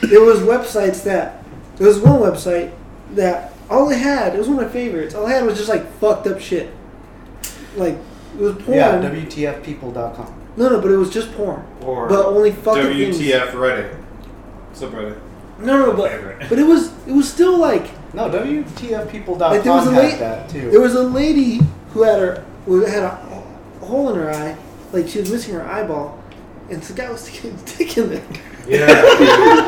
there was websites that there was one website that all they had it was one of my favorites. All they had was just like fucked up shit. Like it was porn. Yeah, WTFpeople.com. no, no, but it was just porn. Or But only fucking things. WTF Reddit. Subreddit. No, no, Favorite. but but it was it was still like no, WTFpeople.com Like, there was a had la- that too. there was a lady who had her who had a hole in her eye, like she was missing her eyeball, and the guy was sticking his dick in there. Yeah. dude.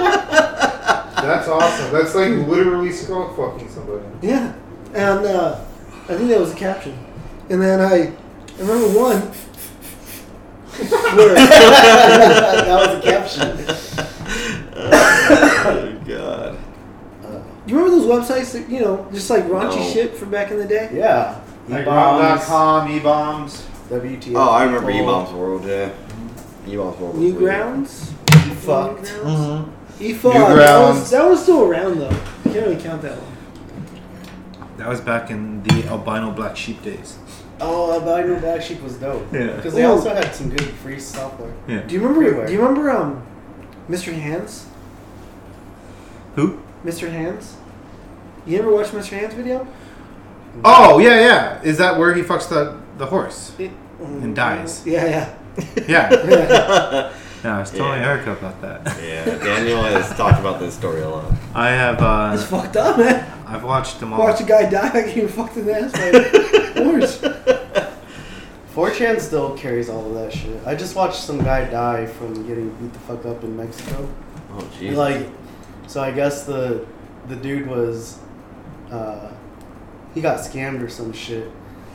That's awesome. That's like literally skull fucking somebody. Yeah, and uh, I think that was the caption. And then I, I remember one where that was a caption. oh, God. you remember those websites that you know just like raunchy No. shit from back in the day. Yeah. Like E-bombs, Rob.com, e-bombs. WTF. Oh, I remember people. E-Bombs World, yeah. E-Bombs World. was weird. Newgrounds, Fucked. Newgrounds, E E-Fog. Mm-hmm. Newgrounds. That was, that was still around though. You can't really count that one. That was back in the albino black sheep days. Oh, Albino Black Sheep was dope. Yeah. Because they Ooh. also had some good free software. Yeah. Do you remember? Freeway. Do you remember um, Mr. Hands? Who? Mr. Hands. You ever watch Mr. Hands video? Oh, yeah, yeah. Is that where he fucks the, the horse? It, And dies. Mm-hmm. Yeah, yeah. Yeah. yeah. No, I was telling Yeah. Erica about that. Yeah, Daniel has talked about this story a lot. I have, uh, It's fucked up, man. I've watched them all. Watch a guy die. I get fucked in the ass by a horse. 4chan still carries all of that shit. I just watched some guy die from getting beat the fuck up in Mexico. Oh, jeez. Like, so I guess the the dude was, uh, he got scammed or some shit.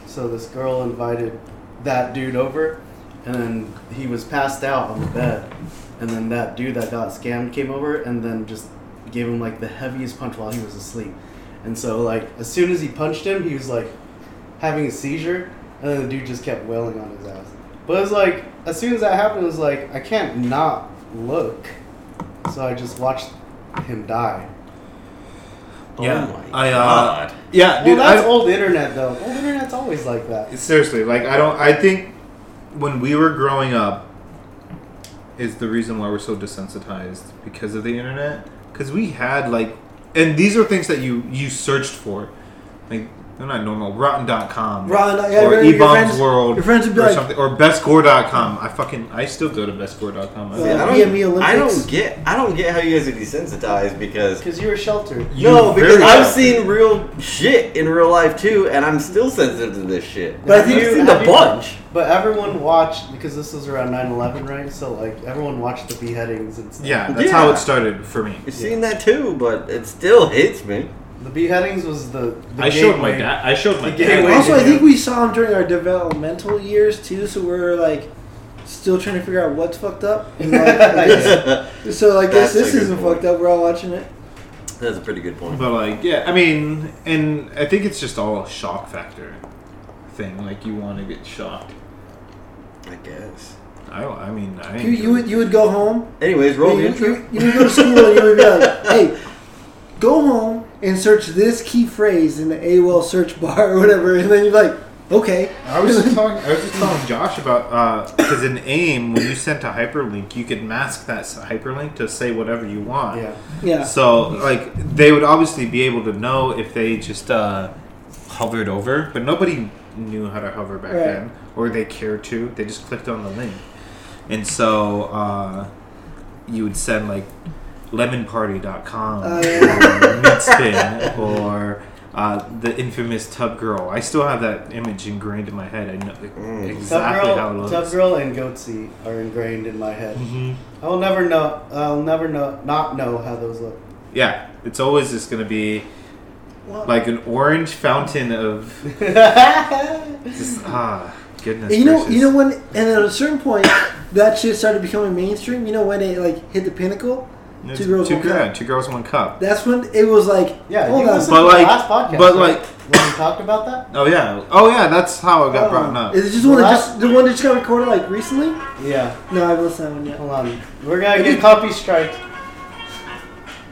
So this girl invited that dude over, and then he was passed out on the bed, and then that dude that got scammed came over and then just gave him like the heaviest punch while he was asleep, and so like as soon as he punched him, he was like having a seizure, and then the dude just kept wailing on his ass. But it was like as soon as that happened, it was like I can't not look. So I just watched him die. yeah. Oh my I, uh, God. Yeah, well, dude. that's I, old internet though. Old internet's always like that. seriously, like, I don't, I think when we were growing up is the reason why we're so desensitized because of the internet. Because we had, like, and these are things that you, you searched for. Like, they're not normal. Rotten.com. Ron, I- I or remember your E-Bombs friends- World. Your friends would be or like, something. Or bestgore.com. I fucking, I still go to bestgore.com. I Uh, See, I, me and me don't, I Olympics. don't get I don't get how you guys are desensitized because Because you were sheltered. You no because very I've well. seen real shit in real life too and I'm still sensitive to this shit. But I I've think you- seen have a you- bunch. But everyone watched because this was around 9-11, right? So like everyone watched the beheadings and stuff. Yeah, that's how Yeah. it started for me. I've seen that too, but it still hits me. The beheadings was the. the I showed my gateway. dad. I showed my The dad. gateway. Also, I Wait, think yeah. we saw him during our developmental years too, so we're like still trying to figure out what's fucked up. And, like, this- so like this, That's a this good isn't point. fucked up. We're all watching it. That's a pretty good point. But like, yeah, I mean, and I think it's just all a shock factor thing. Like you want to get shocked. I guess. I, I mean, I You, you would you would go home. Anyways, roll You, the you, intro. you would go to school and you would be like, hey, go home and search this key phrase in the AOL search bar or whatever, and then you're like, okay. I was just talking. I was just telling Josh about because in AIM, when you sent a hyperlink, you could mask that s- hyperlink to say whatever you want. Yeah. Yeah. So like, they would obviously be able to know if they just uh, hovered over, but nobody knew how to hover back Right. then, or they cared to. They just clicked on the link, and so uh, you would send like lemonparty.com Oh, yeah. or meatspin or. Uh, the infamous tub girl. I still have that image ingrained in my head. I know e- Mm. exactly Tub how it girl, looks. Tub girl and Goatsy are ingrained in my head. Mhm. I will never know. I'll never know. Not know how those look. Yeah, it's always just gonna be Well, like an orange fountain of yeah. Just, ah, goodness. And you know, gracious. you know when, and at a certain point, that shit started becoming mainstream. You know when it like hit the pinnacle. It's two girls, two, one girl- cup. two girls, one cup. That's when it was like, You hold on, listened But to like- the last podcast. but right? like- when we talked about that. Oh yeah, oh yeah, that's how it got Oh. brought up. is it just one Well, that that's- just the one that just got recorded like recently? Yeah. No, I've listened to that one yet. Hold on. We're gonna get copy strike.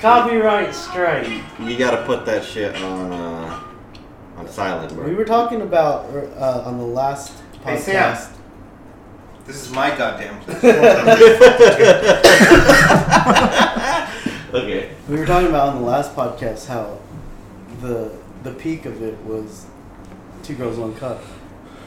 Copyright strike. You gotta put that shit on uh, on silent, bro. We were talking about uh, on the last Hey, podcast. Sam. This is my goddamn. oh Okay. We were talking about on the last podcast how the the peak of it was two girls one cup,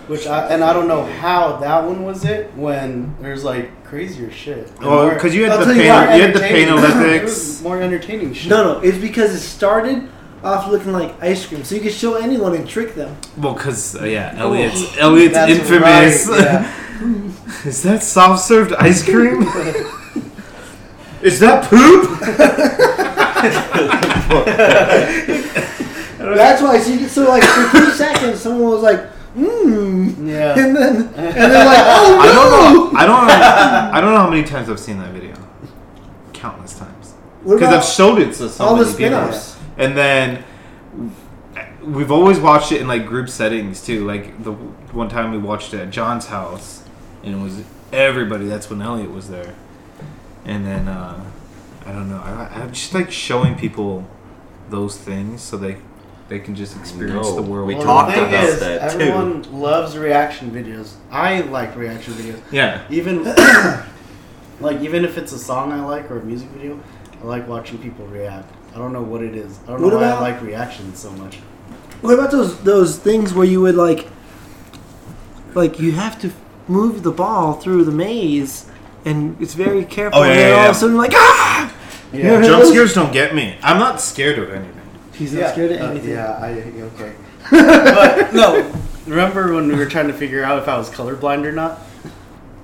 which I and I don't know how that one was it when there's like crazier shit. And Well, more- 'cause you had I'll the tell pain- more you had the pain entertaining- Olympics. it was more entertaining shit. No, no, it's because it started off looking like ice cream, so you could show anyone and trick them. Well, because uh, yeah, Oh, Elliot's Elliot's That's infamous. right, yeah. Is that soft served ice cream? Is that poop? That's why. So, you, could- so like for two seconds, someone was like, "Mmm," yeah. and then and then like, "Oh I don't know. I don't. Know, I don't know how many times I've seen that video. Countless times. What Because I've about showed it to so all the many people. spin-offs? And then we've always watched it in like group settings too. Like the one time we watched it at John's house, and it was everybody. That's when Elliot was there. And then uh, I don't know. I, I'm just like showing people those things so they they can just experience know. the world. We Well, the talked thing about is, that, too. Everyone loves reaction videos. I like reaction videos. Yeah. Even like even if it's a song I like or a music video, I like watching people react. I don't know what it is. I don't What know about- why I like reactions so much. What about those those things where you would like, like you have to move the ball through the maze, and it's very careful. Oh, yeah, and yeah, then all yeah. of a sudden, like ah, Yeah. Yeah. Jump scares don't get me. I'm not scared of anything. he's not scared of Uh, anything. yeah, I okay. but no, remember when we were trying to figure out if I was colorblind or not?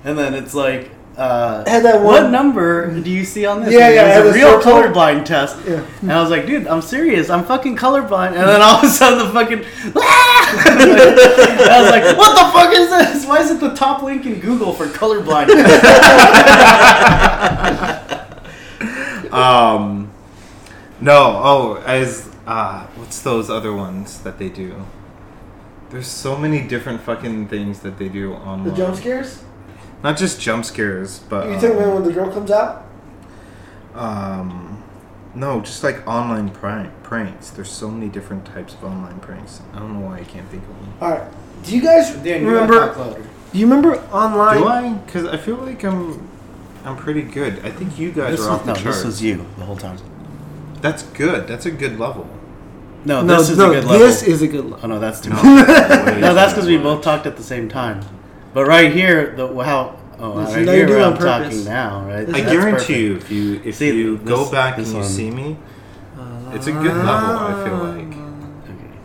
And then it's like, uh, I had that what one- number do you see on this? Yeah, And yeah, I It had was this a real little col- colorblind test. Yeah. And I was like, dude, I'm serious. I'm fucking colorblind. And then all of a sudden, the fucking. I was like, what the fuck is this? Why is it the top link in Google for colorblind? Um, no. Oh, as uh, what's those other ones that they do? There's so many different fucking things that they do online. The jump scares? Not just jump scares, but You talking about um, when the girl comes out? um, no, just like online prank pranks. There's so many different types of online pranks. I don't know why I can't think of one. All right. Do you guys Dan, you gotta talk remember? louder. Do you remember online? Do I? Because I feel like I'm, I'm pretty good. I think you guys This are off was, no, the charts. this was you the whole time. That's good. That's a good level. No, No, this is no, a good level. this is a good level. Oh no, that's too No, much. No, that's because we both talked at the same time. But right here, the how oh, Yes, right no, here you do where it on I'm purpose. talking now, right? I That's guarantee you, if you if See, you go this- back this and you one. um, see me, it's a good level. I feel like. you. Okay.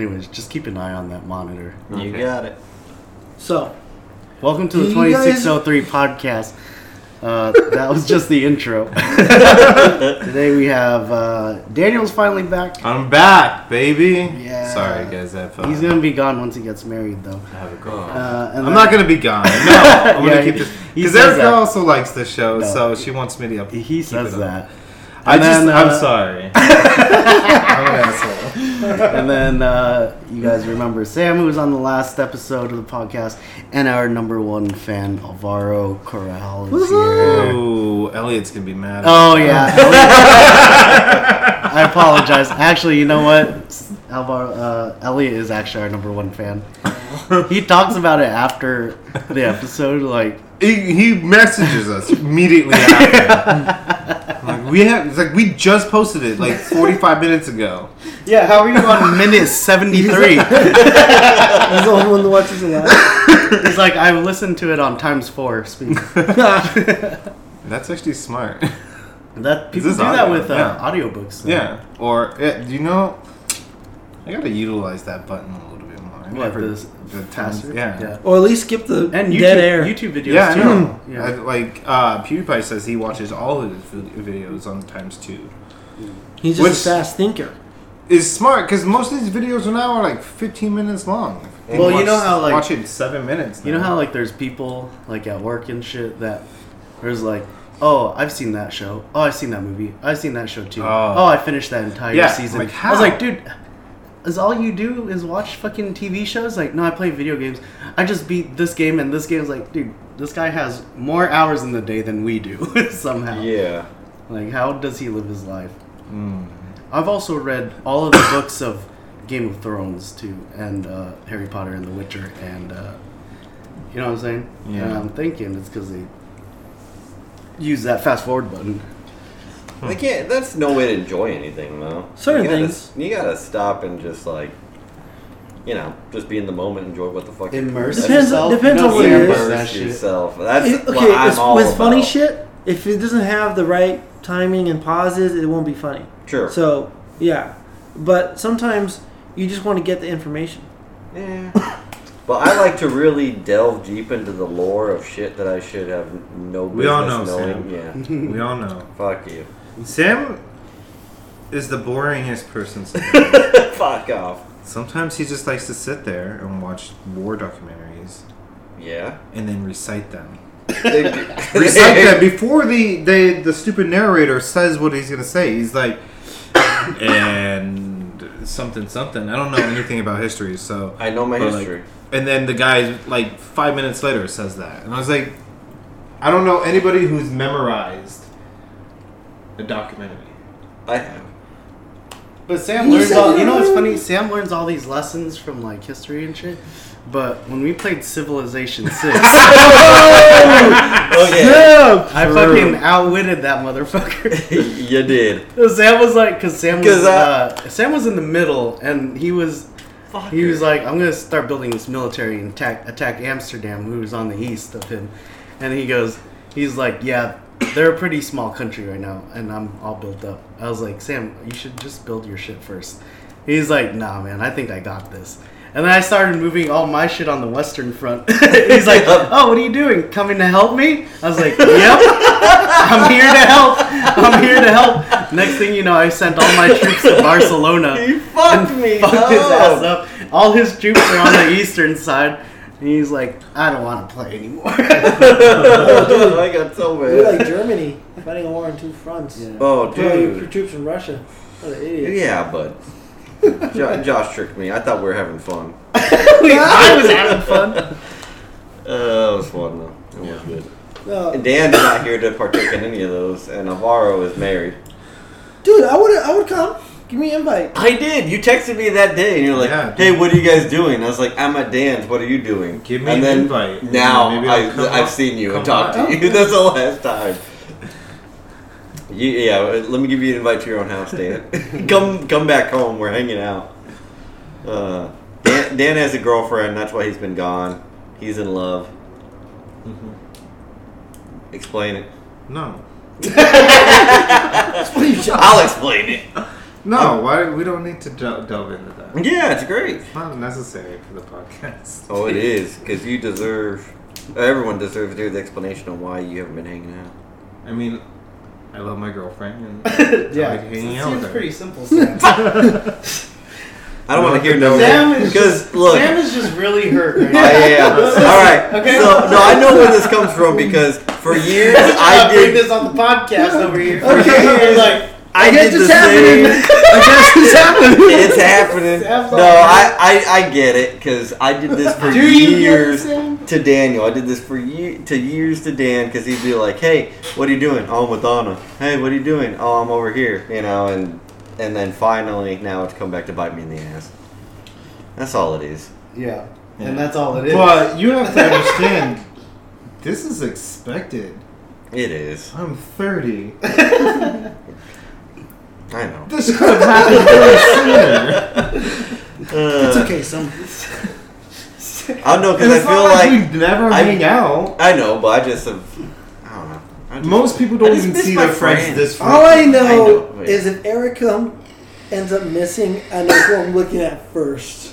Anyways, just keep an eye on that monitor. You Okay. got it. So Welcome to Do the you 2603 podcast. Uh, that was just the intro. Today we have uh, Daniel's finally back. I'm back, baby. Yeah. Sorry, guys. I've, uh, He's gonna be gone once he gets married, though. I have a girl. Oh. Uh, and I'm not gonna be gone. No, I'm Yeah, gonna keep he- this he because says Erica that. also likes the show, No. so she wants me to. Up- He keep says it up. that. I And just. then, I'm uh, sorry. I'm an asshole. and then uh, you guys remember Sam, who was on the last episode of the podcast, and our number one fan, Alvaro Corral, is here. Ooh, Elliot's gonna be mad. Oh yeah, I apologize. Actually, you know what? Alvaro, uh, Elliot is actually our number one fan. He talks about it after the episode, like He, he messages us immediately after. like we have, it's like we just posted it like 45 minutes ago. Yeah, how are you on minute 73? he's the only one that watches it live. He's like, I've listened to it on times four speed. That's actually smart. That people this do that audio? with uh, Yeah. audiobooks. though. Yeah. Or yeah, do you know? I gotta utilize that button a little bit more. I What, this the faster? times- Yeah. yeah. or at least skip the And YouTube, dead air. YouTube videos I too. know. Yeah. I, like uh, PewDiePie says, he watches all of his vid- videos on times two. He's just Which- a fast thinker. Is smart because most of these videos are now are like 15 minutes long. They Well, you know how, like- watch it in seven minutes. You know now. how like there's people like at work and shit that there's like, oh, I've seen that show. Oh, I've seen that movie. I've seen that show too. Oh. Oh, I finished that entire Yeah, season. like, I was how? like, dude, is all you do is watch fucking TV shows? Like, no, I play video games. I just beat this game and this game. Is like, dude, this guy has more hours in the day than we do somehow. Yeah. Like, how does he live his life? Mm. I've also read all of the books of Game of Thrones too, and uh, Harry Potter and The Witcher, and uh, you know what I'm saying? Yeah. And I'm thinking it's because they use that fast forward button. They can't. That's no way to enjoy anything, though. Certain you gotta, things. You gotta stop and just like, you know, just be in the moment, enjoy what the fuck. Immerse Depends- yourself. depends No on what it cameras, is. that Immerse shit. yourself. That's It- what I'm it's- all with about. funny shit, if it doesn't have the right timing and pauses, it won't be funny. Sure. So yeah, but sometimes you just want to get the information. yeah. But I like to really delve deep into the lore of shit that I should have no business We all know, knowing. Yeah. we all know. Fuck you. Sam is the boringest person. Fuck off. Sometimes he just likes to sit there and watch war documentaries Yeah. and then recite them. They- Recite them before the, the the stupid narrator says what he's gonna say. He's like, and something something. I don't know anything about history, so I know my But, like, history. and then the guy, like five minutes later, says that, and I was like, I don't know anybody who's memorized a documentary. I have. But Sam learns all. You know what's funny? Sam learns all these lessons from like history and shit. But when we played Civilization Six, Okay. I fucking outwitted that motherfucker. you did. Sam was like, because Sam was 'Cause I- uh, Sam was in the middle, and he was Fuck he was like, I'm gonna start building this military and attack attack Amsterdam, who was on the east of him. And he goes, he's like, yeah, they're a pretty small country right now, and I'm all built up. I was like, Sam, you should just build your shit first. He's like, nah, man, I think I got this. And then I started moving all my shit on the western front. he's like, oh, what are you doing? Coming to help me? I was like, yep. I'm here to help. I'm here to help. Next thing you know, I sent all my troops to Barcelona He fucked me. fucked his ass up. up. All his troops are on the eastern side, and he's like, I don't want to play anymore. yeah. I got so We're mad. like Germany fighting a war on two fronts. Oh, Throw your dude. troops in Russia. What an idiot. Yeah, but jo- Josh tricked me. I thought we were having fun. I was having fun. Uh, it was fun though. It was good. No, And Dan's not here to partake in any of those, and Navarro is married. dude, I would I would come. Give me an invite. I did. You texted me that day, and you're like, Yeah, dude. "Hey, what are you guys doing?" I was like, "I'm at Dan's. What are you doing?" Give me and an then invite. Now Maybe I'll come I, I've up- seen you come and talked up. to you. That's the last time. You, yeah, let me give you an invite to your own house, Dan. come, come back home. We're hanging out. Uh, Dan, Dan has a girlfriend. That's why he's been gone. He's in love. Mm-hmm. Explain it. No, I'll explain it. no. Why we don't need to del- delve into that. Yeah, it's great. It's not necessary for the podcast. Oh, it is because you deserve. Everyone deserves to hear the explanation on why you haven't been hanging out. I mean, I love my girlfriend. And yeah, like hanging it out seems with her. pretty simple. Sam, I don't want to hear no Sam is because just look. Sam is just really hurt right Oh, yeah, now. yeah. All right. Okay. So no, I know where this comes from because for years I I bring did. this on the podcast over here. Okay. You're like, I guess did the it's happening. same. I guess it's happening. It's happening. Sam's No, all right. I, I, I get it because I did this for do you get it, years. Sam? to Daniel. I did this for ye- to years to Dan because he'd be like, "Hey, what are you doing? Oh, I'm with Donna. Hey, what are you doing? Oh, I'm over here." You know, and and then finally now it's come back to bite me in the ass. That's all it is. Yeah. Yeah. And that's all it is. But you have to understand, this is expected. It is. I'm 30. I know. This could have happened way sooner. It's Uh, okay, some. I don't know because I It's feel not like, like we never I- hang out. I know, but I just have. I don't know. I just- Most people don't I just even miss see my their friends, friends. this All I know, I know, wait. is if Erica ends up missing, I know who I'm looking at first.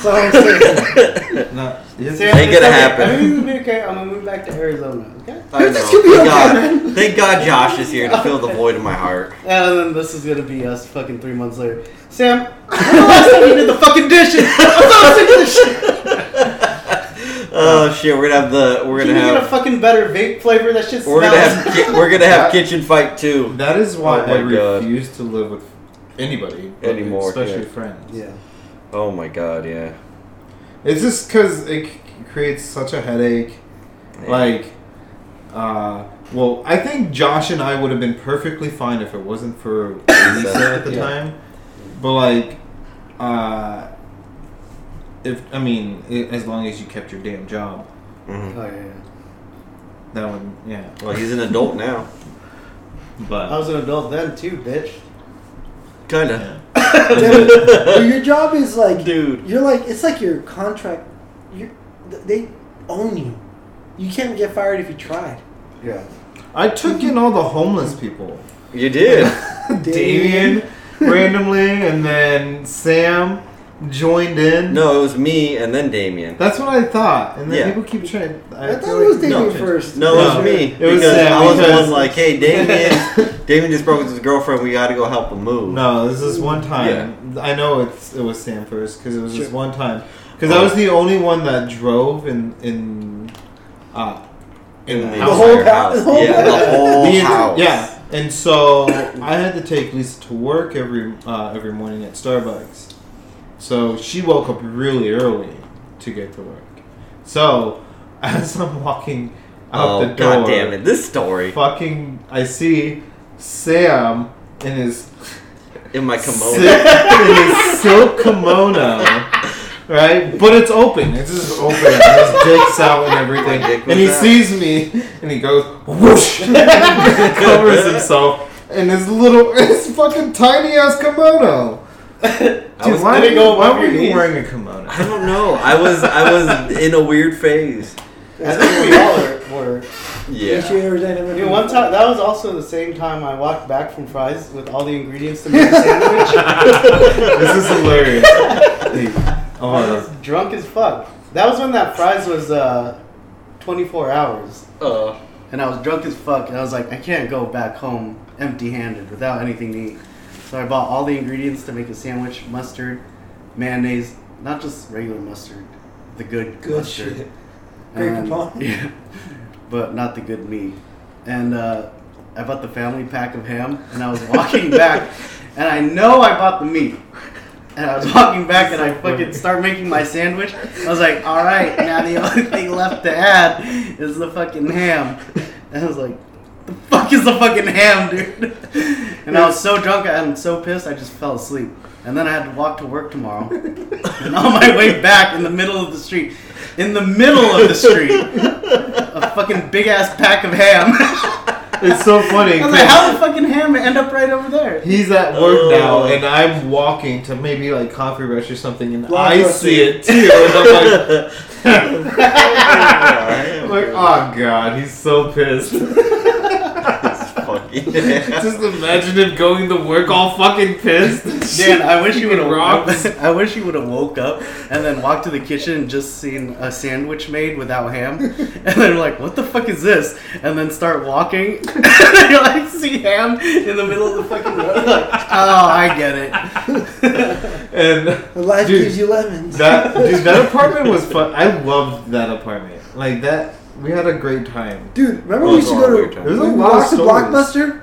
so I'm saying, No, Sam, Ain't it's gonna okay. happen. Everything's gonna be okay. I'm gonna move back to Arizona. Okay. I know. This could be Thank okay, God- man. Thank God Josh is here to fill the void in my heart. And then this is gonna be us fucking three months later. Sam, when the last time you did the fucking dishes? I'm so sick of this shit. Oh shit, we're gonna have the we're Can gonna you get a have fucking better vape flavor? That shit we're smells. gonna have ki- we're gonna have kitchen fight too. that is why Oh my I God. refuse to live with anybody but Anymore, especially yeah. friends. yeah. Oh my god, yeah. It's just because it c- creates such a headache. Like, uh, well, I think Josh and I would have been perfectly fine if it wasn't for Lisa at the Yeah. time. But like, uh, if I mean, i as long as you kept your damn job, Mhm. Oh yeah. That one, yeah. Well, he's an adult now. I But was an adult then too, bitch. Kinda. yeah. But your job is like, Dude. you're like it's like your contract. You they own you. You can't get fired if you tried. Yeah. I took in all the homeless people. You did. Damien. Damien, randomly, and then Sam joined in. No, it was me and then Damien. That's what I thought. And then Yeah. people keep trying. I thought it was Damien No. first. No, it was No, me. it was because Sam, I was the because- one like, hey, Damien, Damien just broke up with his girlfriend. We got to go help him move. No, this is one time. I know it's it was Sam first because it was just Sure. one time. Because I was the only one that drove in in uh, in, the, The house. whole entire house- the whole yeah, house. the whole The ent- house. Yeah, and so I had to take Lisa to work every uh, every morning at Starbucks. So she woke up really early to get to work. So as I'm walking out Oh the door, god damn it! This story fucking, I see Sam in his in my kimono. silk, in his silk kimono. Right, but it's open. It's just open. His dick's out and everything, My dick was and he out. sees me, and he goes whoosh, and covers himself in his little, his fucking tiny ass kimono. Dude, was- why, did it were go you- why above were your you knees? wearing a I kimono? don't know. I was I was in a weird phase. I think we all were. were. Yeah. Aerodynamic. Dude, one time that was also the same time I walked back from fries with all the ingredients to make a sandwich. this is hilarious. Dude, oh, my I was God. drunk as fuck. That was when that fries was uh, 24 hours, Uh, and I was drunk as fuck, and I was like, I can't go back home empty-handed without anything to eat. So I bought all the ingredients to make a sandwich: mustard, mayonnaise, not just regular mustard, the good, Good mustard. shit. Great And- coupon. Yeah, but not the good meat. And uh, I bought the family pack of ham, and I was walking back, and I know I bought the meat. And I was walking back, and I fucking start making my sandwich. I was like, "All right, now the only thing left to add is the fucking ham." And I was like, "The fuck is the fucking ham, dude?" And I was so drunk and so pissed, I just fell asleep. And then I had to walk to work tomorrow. And on my way back, in the middle of the street, in the middle of the street, a fucking big ass pack of ham. it's so funny. I was like, 'cause- how did fucking ham end up right over there? He's at work now, Oh. and I'm walking to maybe like coffee rush or something, and Blockbuster. I see it too. And I'm like, like, oh god, he's so pissed. fucking. Just imagine him going to work all fucking pissed. Dan, I wish you would Rocks. have. I wish you would have woke up and then walked to the kitchen and just seen a sandwich made without ham, and then like, what the fuck is this? And then start walking, and you like see ham in the middle of the fucking road. Like, oh, I get it. And Life Dude. gives you lemons. that dude, that apartment was fun. I loved that apartment. Like that, we had a great time. Dude, remember Those we used to are go weird to times. There's a we lot of walked to Blockbuster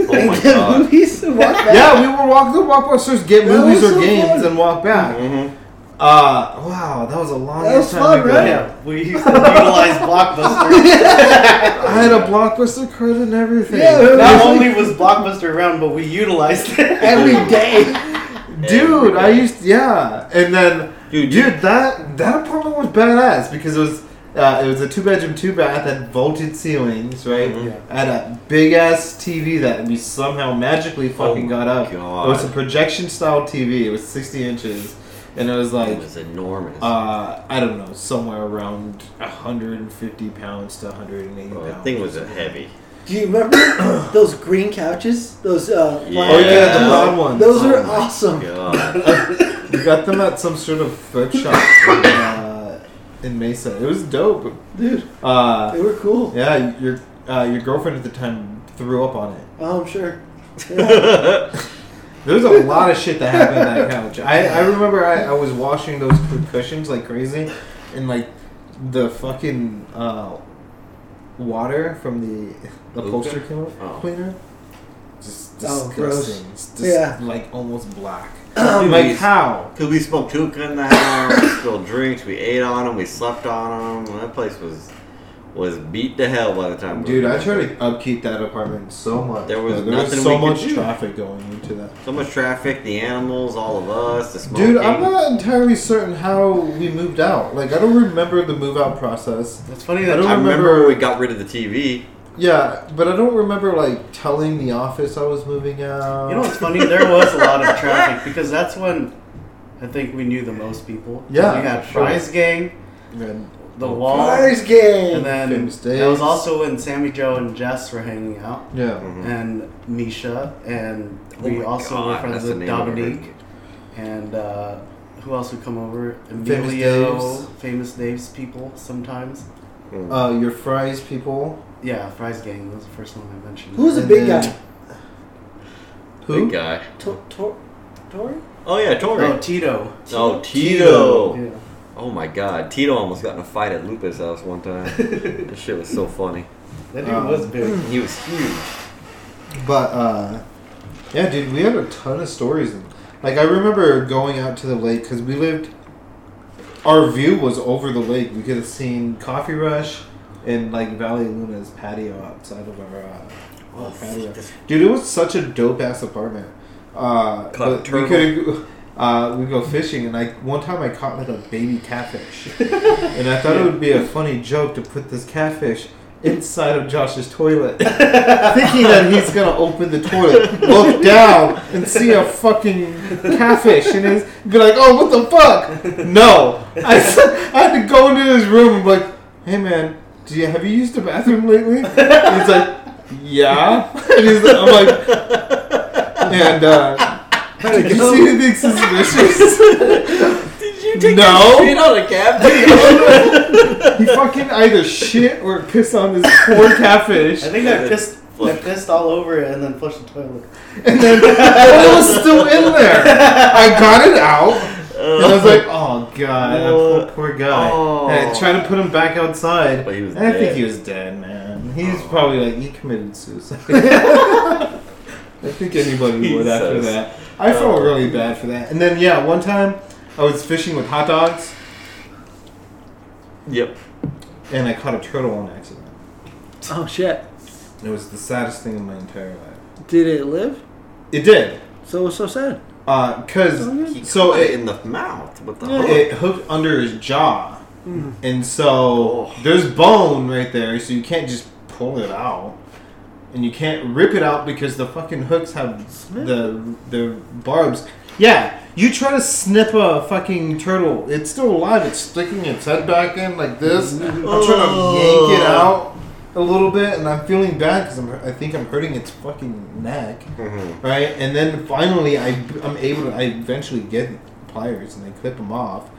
oh and my get god. movies and walk back. Yeah, we were walking to Blockbusters, get That movies was or so games, fun. and walk back. Mhm. Uh, wow, that was a long That was time fun, ago. right? yeah, we used to utilize Blockbuster. I had a Blockbuster card and everything. Yeah. Not only was Blockbuster around, but we utilized it. every day. Dude, I used yeah, and then Dude, dude, that that apartment was badass because it was uh, it was a two bedroom, two bath, had vaulted ceilings, right? Mhm. Yeah. Had a big ass TV that we somehow magically fucking Oh got up. God. It was a projection style TV. It was sixty inches, and it was It like was enormous. uh, I don't know, somewhere around hundred and fifty pounds to hundred and eighty Oh, pounds. that thing was heavy. Do you remember those green couches? Those uh, Yeah. Oh yeah, the Yeah. brown ones. those are Oh my awesome. God. We got them at some sort of thrift shop in, uh, in Mesa. It was dope. Dude, Uh, they were cool. yeah, your uh, your girlfriend at the time threw up on it. Oh, I'm sure. Yeah. There was a lot of shit that happened on that couch. I, I remember I, I was washing those cushions like crazy, and like the fucking uh, water from the upholstery cleaner- Oh. cleaner. Just Oh, disgusting. gross. It's just Yeah. like almost black. Um, like how? Cause we smoked hookah in the house, spilled drinks, we ate on them, we slept on them. That place was was beat to hell by the time. we Dude, were I done. tried to upkeep that apartment so much. There was but nothing so we could much do. traffic going into that. so much traffic, the animals, all of us, the smoking. Dude, I'm not entirely certain how we moved out. Like, I don't remember the move out process. It's funny I that don't I remember remember- when we got rid of the TV. Yeah, but I don't remember like telling the office I was moving out. You know what's funny? There was a lot of traffic because that's when I think we knew the most people. Yeah, we had sure. Fry's gang, And the wall, Flyers game. and then Famous that was days. also when Sammy Joe and Jess were hanging out, yeah, and Misha, and Mm. Oh we my also God, were friends that's the with name of her. Dominique, and uh, who else would come over? Famous Emilio, Dave's. famous Dave's people sometimes. uh, your fries people. Yeah, Fry's gang was the first one I mentioned. Who's the and big then- guy? Who? Big guy. To- to- Tori? Oh yeah, Tori. Oh, Oh, Tito. Tito. Yeah. Oh my God, Tito almost got in a fight at Lupa's house one time. this shit was so funny. That dude Um, was big. He was huge. But uh, yeah, dude, we had a ton of stories. And, like I remember going out to the lake because we lived. Our view was over the lake. We could have seen Coffee Rush and like Valley Luna's patio outside of our, uh, our Oh, patio. Dude, it was such a dope ass apartment. Uh, Caught but we turtle. could uh, we go fishing and like one time I caught like a baby catfish, and I thought it would be a funny joke to put this catfish inside of Josh's toilet, thinking that he's gonna open the toilet, look down, and see a fucking catfish, and he's be like, "Oh, what the fuck?" No, I, s- I had to go into his room and be like, "Hey, man." Do you, have you used the bathroom lately? And he's like, yeah. and he's like, I'm like, and uh, did you see anything suspicious? Did you take No. that shit on a cab? he fucking either shit or pissed on this poor catfish, I and think I pissed. I Flush. pissed all over it and then flushed the toilet. then but it was still in there. I got it out, and I was like, oh god, that poor, poor guy. And I tried to put him back outside. But he was and I think dead. he was dead, man. He's Oh. probably like he committed suicide. I think anybody would after Jesus. that. I felt really bad for that. And then yeah, one time I was fishing with hot dogs. Yep. and I caught a turtle on accident. Oh shit! It was the saddest thing in my entire life. Did it live? It did, So it was so sad. uh, cause He So caught it, it- in Oh, the mouth. What the Yeah. hell? it hooked under his jaw, Mm. and so Oh. there's bone right there, so you can't just pull it out, and you can't rip it out because the fucking hooks have Snip. the the barbs. Yeah, you try to snip a fucking turtle, it's still alive. It's sticking its head back in like this. I'm trying to yank it out a little bit, and I'm feeling bad because I'm I think I'm hurting its fucking neck. Mhm. right? And then finally, I I'm able to. I eventually get pliers and I clip him off,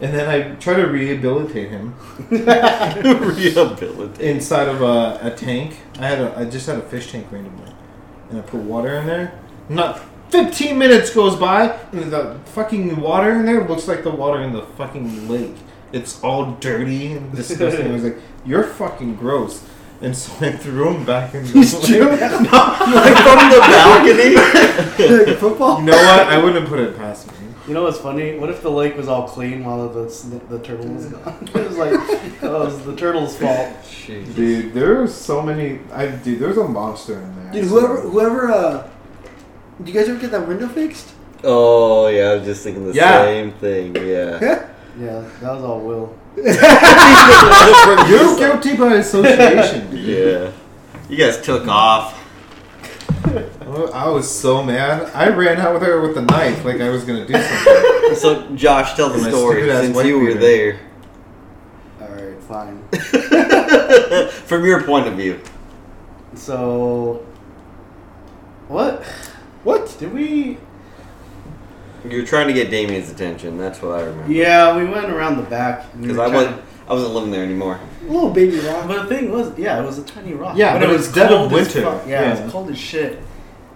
and then I try to rehabilitate him Rehabilitate. inside of a, a tank. I had a I just had a fish tank randomly, and I put water in there. Not. 15 minutes goes by and the fucking water in there looks like the water in the fucking lake. It's all dirty and disgusting. I was like, "You're fucking gross." And so I threw him back in the lake. like from the balcony. Like football. You know what? I wouldn't put it past me. You know what's funny? What if the lake was all clean while the sn- the turtle was gone? it was like oh, it was the turtle's fault. Dude, there are so many. I dude, there's a monster in there. Dude, whoever, whoever, uh, did you guys ever get that window fixed? Oh yeah, I was just thinking the Yeah. same thing. Yeah. Yeah, that was all Will. you're guilty by association. dude. yeah. You guys took off. Well, I was so mad. I ran out with her with a knife, like I was gonna do something. So Josh, tell the My story stupid ass since white you were beater. there. All right, fine. From your point of view. So, what What? did we? You're trying to get Damien's attention, that's what I remember. Yeah, we went around the back and we Because were I trying wasn't I wasn't living there anymore. Little Oh, baby to- rock. But the thing was, yeah, it was a tiny rock. Yeah, but it was dead of cold as winter. fuck. Yeah, it Yeah. was cold as shit.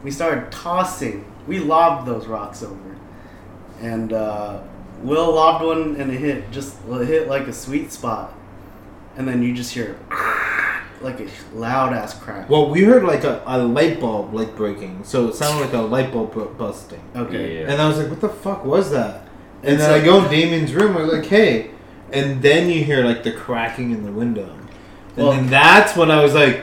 We started tossing. We lobbed those rocks over, and uh, Will lobbed one and it hit just well, it hit like a sweet spot, and then you just hear like a loud ass crack. Well, we heard like a, a light bulb like breaking, so it sounded like a light bulb bu- busting. Okay. Yeah. And I was like, "What the fuck was that?" And It's then like- I go in Damien's room. I was like, "Hey," and then you hear like the cracking in the window, And Well- then that's when I was like,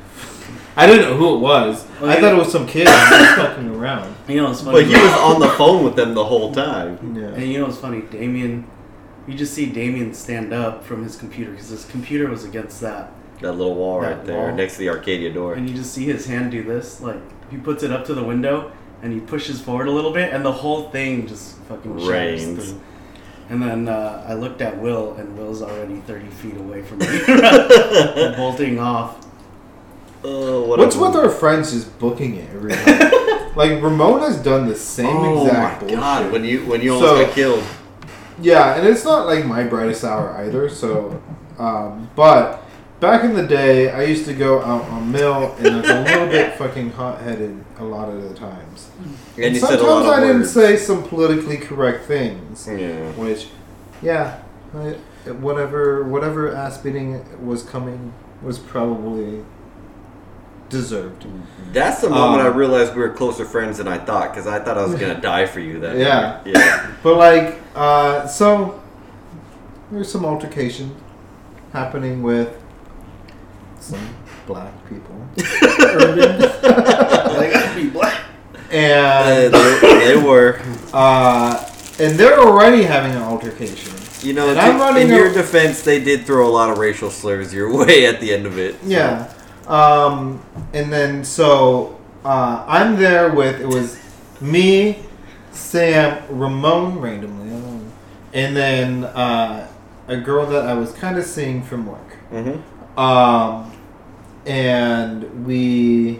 I didn't know who it was. Well, I you- thought it was some kid just fucking around. You know what's funny? But he was on the phone with them the whole time. Yeah. And you know what's funny? Damien, you just see Damien stand up from his computer because his computer was against that. That little wall That right there wall. next to the Arcadia door. And you just see his hand do this. Like, he puts it up to the window and he pushes forward a little bit, and the whole thing just fucking shatters Rains. through. And then uh, I looked at Will, and Will's already 30 feet away from me, bolting off. Oh, what What's a- with our friends just booking it every time? like Ramona's done the same Oh exact my bullshit. god! When you when you almost So- got killed. Yeah, and it's not like my brightest hour either. So, um, but back in the day, I used to go out on mill, and I was a little bit fucking hot headed a lot of the times. And you said sometimes a lot of I didn't words. say some politically correct things, Yeah. which, yeah, I, whatever whatever ass beating was coming was probably deserved. That's the Um, moment I realized we were closer friends than I thought, because I thought I was gonna die for you. That Yeah. year. yeah. But like, uh, so there's some altercation happening with some black people, Urban. Like, I'd be black. Uh, and they, they were, uh, and they're already having an altercation. you know, And to- I'm running in your a- defense, they did throw a lot of racial slurs your way at the end of it. Yeah, um, and then so uh, I'm there with it was me, Sam, Ramon randomly, I don't know, and then uh, a girl that I was kind of seeing from work. Mm-hmm. Um, and we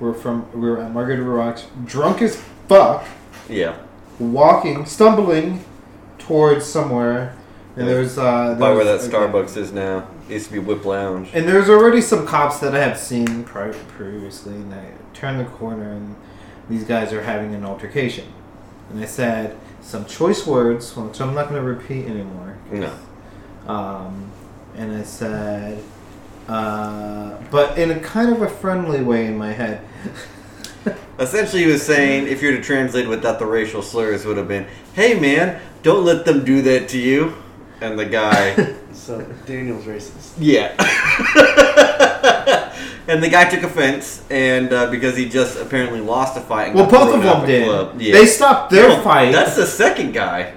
were from we were at Margaret Rocks, drunk as fuck, Yeah. walking, stumbling towards somewhere, and there's uh, there By where that was- Starbucks is now, it used to be Whip Lounge. And there's already some cops that I have seen pri- previously, and I turn the corner, and these guys are having an altercation, and I said some choice words, which I'm not going to repeat anymore. No. Um, and I said, uh, but in a kind of a friendly way in my head. Essentially, he was saying, if you were to translate without the racial slurs, would have been, "Hey, man, don't let them do that to you." And the guy, So, Daniel's racist. yeah. and the guy took offense, and uh, because he just apparently lost a fight. And well, got both of thrown out them the did. club. Yeah. They stopped their No, fight. That's the second guy.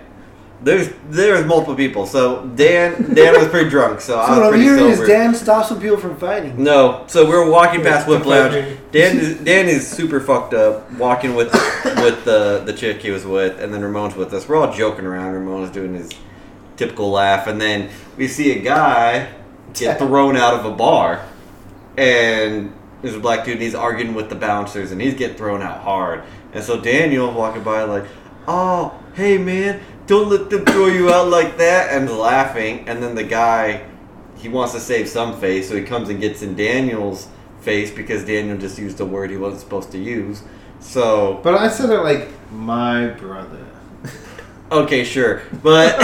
There's there's multiple people. So Dan Dan was pretty drunk. So, I So was what I'm pretty hearing sober. is Dan stops some people from fighting. No, so we were walking past Whip Lounge. Okay. Dan is, Dan is super fucked up, walking with with the the chick he was with, and then Ramon's with us. We're all joking around. Ramon's doing his typical laugh, and then we see a guy get thrown out of a bar, and there's a black dude, and he's arguing with the bouncers, and he's getting thrown out hard. And so Daniel walking by like, "Oh, hey man, don't let them throw you out like that," and laughing. And then the guy he wants to save some face, so he comes and gets in Daniel's face because Daniel just used a word he wasn't supposed to use. So but I said it like my brother. okay, sure, but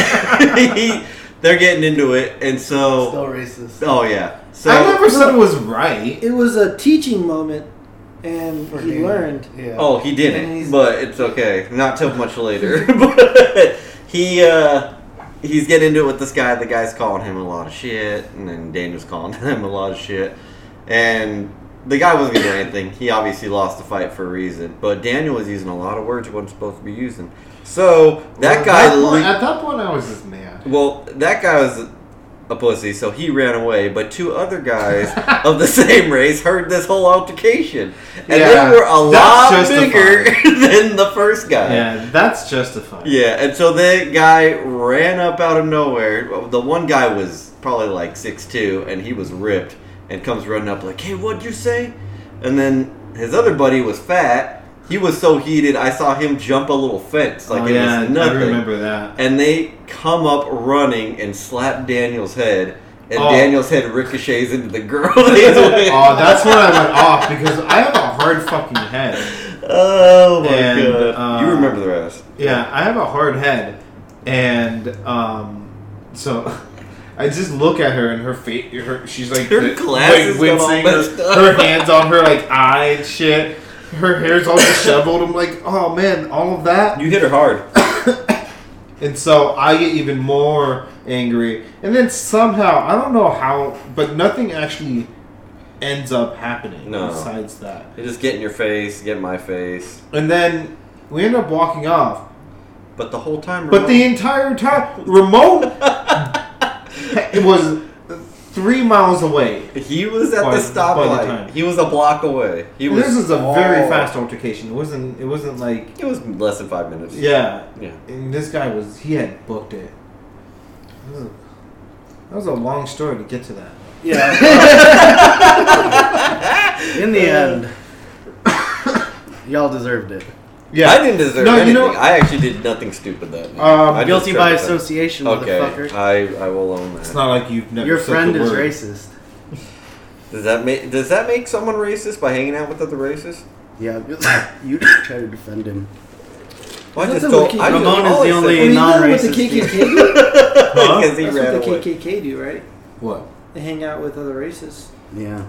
he, they're getting into it, and so Still racist. oh yeah, so I never said it was right. It was a teaching moment, and For he Daniel. learned. Yeah. oh he And he's- didn't, but it's okay, not till much later. but he uh, he's getting into it with this guy. The guy's calling him a lot of shit, and then Daniel's calling him a lot of shit, and. The guy wasn't gonna do anything. He obviously lost the fight for a reason. But Daniel was using a lot of words he wasn't supposed to be using. So that At guy point- le- at that point, I was just mad. Well, that guy was a pussy, so he ran away. But two other guys of the same race heard this whole altercation, and Yeah, they were a lot that's justified. bigger than the first guy. Yeah, that's justified. Yeah, and so that guy ran up out of nowhere. The one guy was probably like six two, and he was ripped, and comes running up like, "Hey, what'd you say?" And then his other buddy was fat. He was so heated, I saw him jump a little fence like oh, it yeah, was nothing I remember that. and they come up running and slap Daniel's head, and Oh. Daniel's head ricochets into the girl. he's with. oh, that's when I went off because I have a hard fucking head. Oh my And, god! uh, you remember the rest? Yeah, I have a hard head, and um, so I just look at her and her face. Her she's like Her glasses got all her, messed up. her hands on her like eye and shit. Her hair's all disheveled. I'm like, oh man, all of that. You hit her hard. And so I get even more angry. And then somehow, I don't know how, but nothing actually ends up happening No. besides that. They just get in your face, get in my face. And then we end up walking off. But the whole time, But the entire time, Ramon it was three miles away. he was at By- by the the stoplight. time. he was a block away. He was. This is a all- very fast altercation. It wasn't. It wasn't like It was less than five minutes. yeah. Yeah. And this guy was. He had booked it. That was a, that was a long story to get to that. Yeah. In the end, Uh, y'all deserved it. Yeah. I didn't deserve No, you anything. know- I actually did nothing stupid that night. Um, I Guilty deserve by that. association, Okay, motherfucker. I, I will own that. It's not like you've never. Your said friend the is word. racist. Does that make does that make someone racist by hanging out with other racists? Yeah, you just try to defend him. Well, I That's just a told. wiki- I just Ramon is the always said only- I mean, non-racist that's what the dude. KKK do. that because he That's ran what the away. KKK do, right? What? They hang out with other races. Yeah.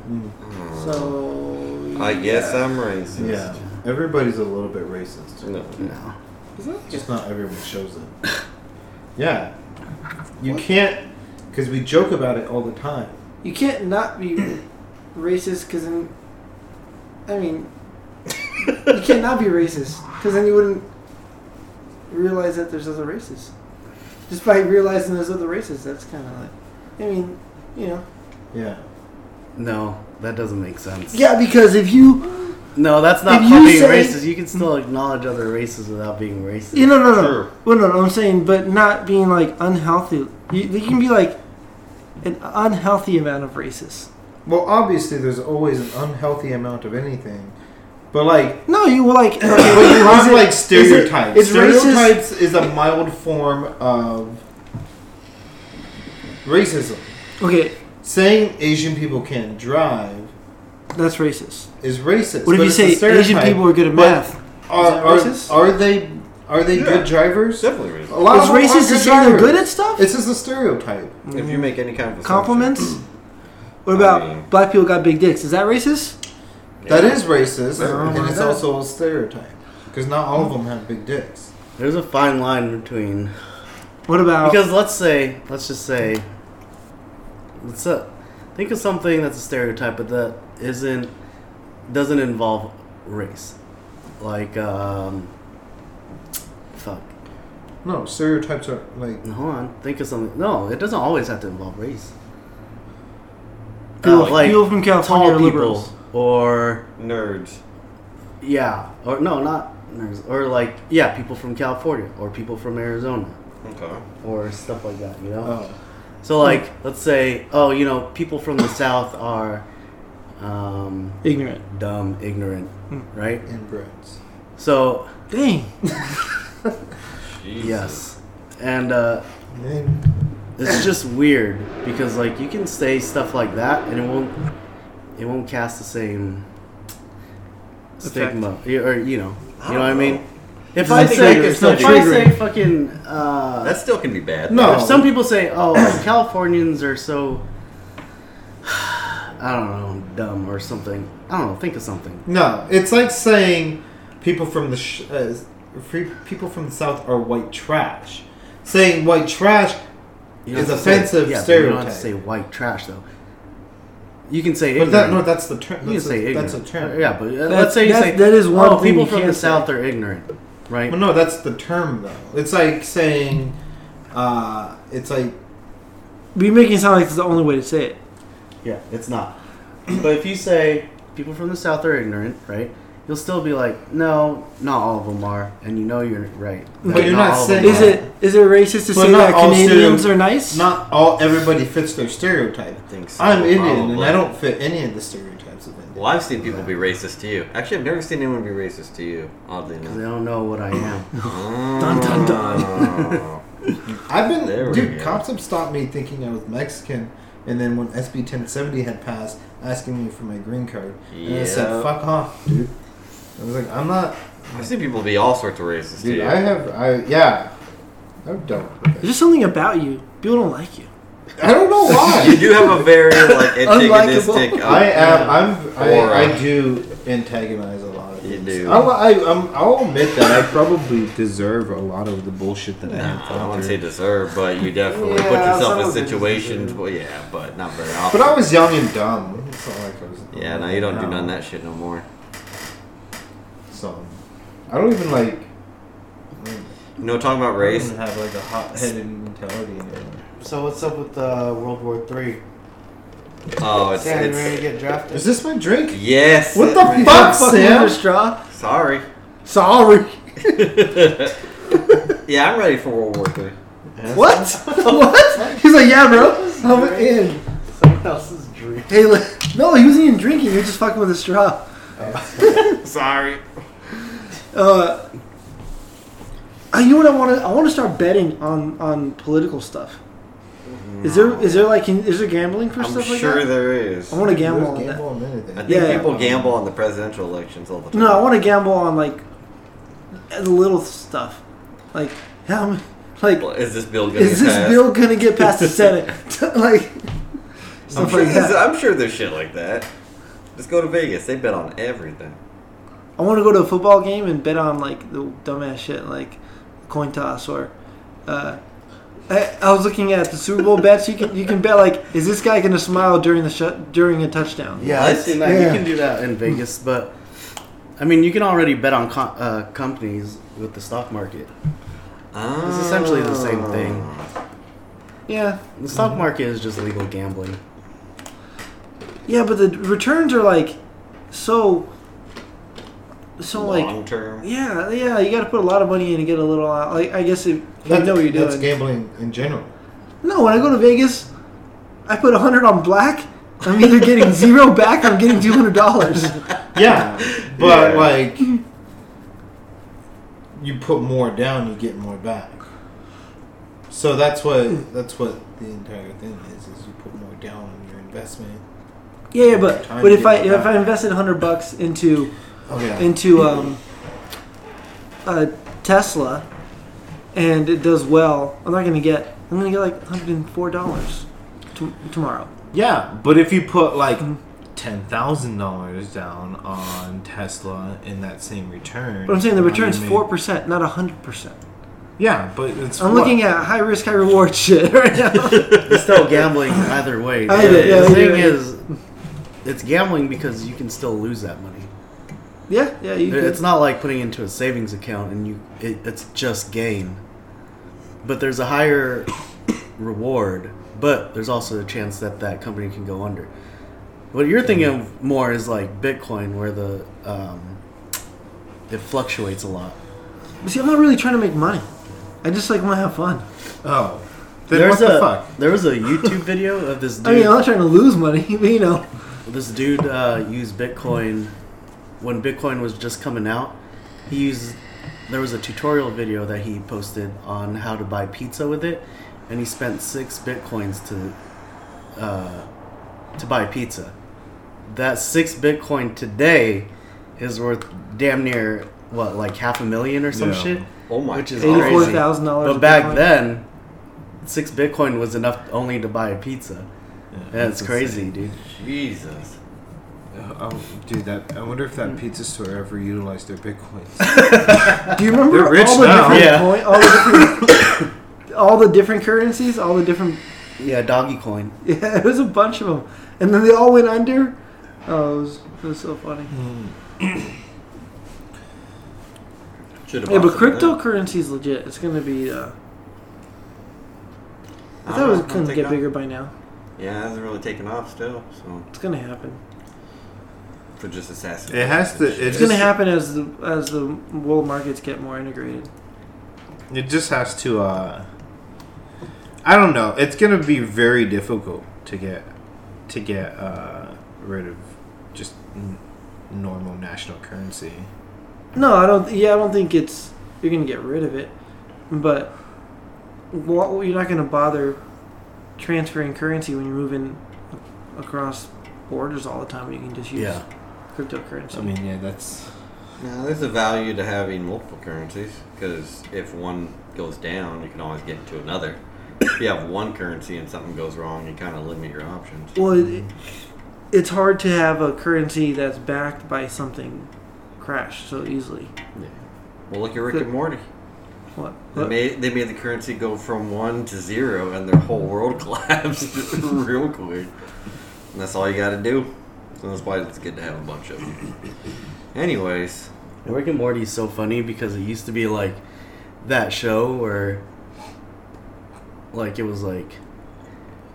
So I guess yeah. I'm racist. Yeah. Everybody's a little bit racist. No. No. Is that- Just not everyone shows it. Yeah. You can't, because we joke about it all the time. You can't not be racist because then, I mean, you can't not be racist because then you wouldn't realize that there's other races. Just by realizing there's other races, that's kind of like, I mean, you know. Yeah. No, that doesn't make sense. Yeah, because if you, No, that's not If called you being say- racist. You can still acknowledge other races without being racist. you know, no, no, Sure. well, no, no, I'm saying, but not being like unhealthy. You, you can be like an unhealthy amount of racist. Well, obviously, there's always an unhealthy amount of anything, but like, No, you will like. but you have Is it- like is it- stereotypes. is racist- stereotypes is a mild form of racism. Okay, Saying Asian people can't drive that's racist. is racist. What if but you it's a say Asian stereotype. people are good at But math? Are, Is that racist? are, are they are they Yeah. good drivers? Definitely racist. A lot Is of them aren't racist good to say they're drivers. good at stuff? It's just a stereotype. If you make any kind of Oh. assumption. Compliments? What I about mean- black people got big dicks? Is that racist? That Yeah. is racist, Yeah. and it's Yeah. also a stereotype because not all of them have big dicks. There's a fine line between What about because let's say let's just say let's uh, think of something that's a stereotype but that isn't doesn't involve race. Like um fuck. No, stereotypes are like Hold on. Think of something. No, it doesn't always have to involve race. people, Uh, like people from California tall are liberals? people or nerds. Yeah, or no, not nerds, or like yeah, people from California or people from Arizona Okay. or stuff like that. You know. oh, So like, let's say, oh, you know, people from the South are um, Ignorant. dumb, ignorant, Hmm. right? inbreds. So Dang. Jesus. yes, and uh, And it's just weird because like you can say stuff like that and it won't, it won't cast the same stigma y- or you know, you know what I mean. If Doesn't I trigger, say it's if not I say triggering. fucking uh, That still can be bad. No. If some people say, "Oh, Californians are so," I don't know, dumb or something. I don't know. Think of something. no, it's like saying people from the sh- uh, free, people from the south are white trash. Saying white trash You don't It's have to say- offensive yeah, but You don't have to say stereotype. white trash though. You can say But ignorant. that, no, that's the term. you can That's, say a, ignorant. that's a term. Yeah, but uh, That's- let's say you that's- say that is one oh, thing people you from the can't say. south are ignorant, right? Well, no, that's the term though. It's like saying, uh, it's like But you're making it sound like it's the only way to say it. Yeah, it's not. but if you say people from the south are ignorant, right? You'll still be like, no, not all of them are, and you know you're right. But that you're not all of them saying- Is are. it is it racist to But say not that all Canadians stereotypes- are nice? not all everybody fits their stereotype. I think so. I'm Indian and probably. I don't fit any of the stereotypes of India. Well, I've seen people be racist to you. Actually, I've never seen anyone be racist to you. Oddly enough. Oh. They don't know what I am. dun, dun dun. I've been There we dude. go. Cops have stopped me thinking I was Mexican, and then when SB 1070 had passed, asking me for my green card, and I said, Yeah. "Fuck off, dude." I was like, "I'm not, I've seen people be all sorts of racist to dude. you. I have, I yeah, I've dealt with There's it. just something about you. People don't like you. I don't know you why. do have a very like antagonistic. Unlikable. uh, I am. I'm. Aura. I, I do antagonize a lot of You things. do. I'll, I, I'm, I'll admit that I probably deserve a lot of the bullshit that I have. I gone don't want to through. say deserve, but you definitely Yeah, put some yourself in of it is situations. deserve. Well, yeah, but not very often. But I was young and dumb. It's not like I was. Yeah, no, you don't do none of that shit no more. So, I don't even like. You know, talking about I Mm. race. don't have like a hot-headed mentality anymore. So what's up with uh, World War Three? Oh, it's Sam, you ready to it's get drafted? Is this my drink? yes. What the Right. fuck, Fucking Sam? under straw. Sorry. Sorry. yeah, I'm ready for World War Three. What? what? He's like, yeah, bro. I'm in. Someone else's dream. Hey, li- no, he wasn't even drinking. He was just fucking with a straw. Sorry. Uh, uh, you know what I want to? I want to start betting on on political stuff. Is there is there like can, is there gambling for I'm stuff sure like that? there is. I want to You gamble guys on gamble on anything. I think Yeah. people gamble on the presidential elections all the that. time. No, I want to gamble on like the little stuff, like how m- like Well, Is this bill gonna is get this passed? bill gonna get past the Senate? like I'm stuff sure, like there's, that. I'm sure there's shit like that. Just go to Vegas. They bet on everything. I want to go to a football game and bet on like the dumbass shit like coin toss or. Uh, I, I was looking at the Super Bowl bets. You can you can bet like is this guy gonna smile during the shut during a touchdown? Yeah, I've What? seen that. Yeah. You can do that in Vegas, but I mean, you can already bet on co- uh, companies with the stock market. Oh. essentially the same thing. Ah, Yeah, The stock Mm-hmm. market is just legal gambling. yeah, but the returns are like so so Long like term. yeah yeah you got to put a lot of money in to get a little out. Like I guess if you That- know what you're That's doing. gambling in general. No, when I go to Vegas, I put hundred on black. I'm either getting zero back or I'm getting two hundred dollars. Yeah, but Yeah. like, you put more down, you get more back. So that's what that's what the entire thing is: is you put more down on your investment. Yeah, yeah, but Time but to if I get if back. I invested hundred bucks into Oh yeah. into um, uh, Tesla, and it does well, I'm not gonna get I'm gonna get like hundred and four dollars to tomorrow. Yeah, but if you put like Mm-hmm. ten thousand dollars down on Tesla in that same return, But I'm saying the you return's made- four percent, not hundred percent. Yeah, but it's. I'm what? looking at high risk, high reward shit right now. It's still gambling either way. The, Either- yeah, the either thing way. is, it's gambling because you can still lose that money. yeah, yeah, you could. It's not like putting into a savings account and you it, it's just gain. But there's a higher reward, but there's also a chance that that company can go under. What you're thinking of more is like Bitcoin, where the um, it fluctuates a lot. But see, I'm not really trying to make money. I just like want to have fun. Oh, then There's what the a- fuck? There was a YouTube video of this dude. I mean, I'm not trying to lose money, but you know. this dude uh, used Bitcoin when Bitcoin was just coming out. He used there was a tutorial video that he posted on how to buy pizza with it, and he spent six bitcoins to uh, to buy pizza. That six bitcoin today is worth damn near what like half a million or some Yeah. shit. Oh my Which is God. crazy. $84,000 But of back Bitcoin. then, six bitcoin was enough only to buy a pizza. Yeah, That's insane. crazy, dude. Jesus. Oh, dude, that I wonder if that pizza store ever utilized their bitcoins. Do you remember They're rich all the now. different Yeah. coin, all the different, all the different currencies, all the different? Yeah, doggy coin. Yeah, it was a bunch of them, and then they all went under. Oh, it was, it was so funny. Should've Yeah, bought but some of that. cryptocurrency is legit. It's gonna be. Uh, I thought it was don't gonna think get not. bigger by now. Yeah, it hasn't really taken off still. So It's gonna happen. for just assassination. It has to. It It's just, gonna happen as the as the world markets get more integrated. It just has to. uh I don't know. It's gonna be very difficult to get to get uh rid of just n- normal national currency. No, I don't. Yeah, I don't think it's you're gonna get rid of it, but what, you're not gonna bother transferring currency when you're moving across borders all the time. When you can just use Yeah. cryptocurrency. I mean, yeah, that's Now, there's a value to having multiple currencies because if one goes down, you can always get into another. if you have one currency and something goes wrong, you kind of limit your options. Well, it, it's hard to have a currency that's backed by something crash so easily. Yeah. Well, look at Rick and Morty. What? They what? made, they made the currency go from one to zero, and their whole world collapsed real quick. And that's all you got to do. So that's why it's good to have a bunch of them. Anyways, And Rick and Morty is so funny because it used to be like that show where, like, it was like,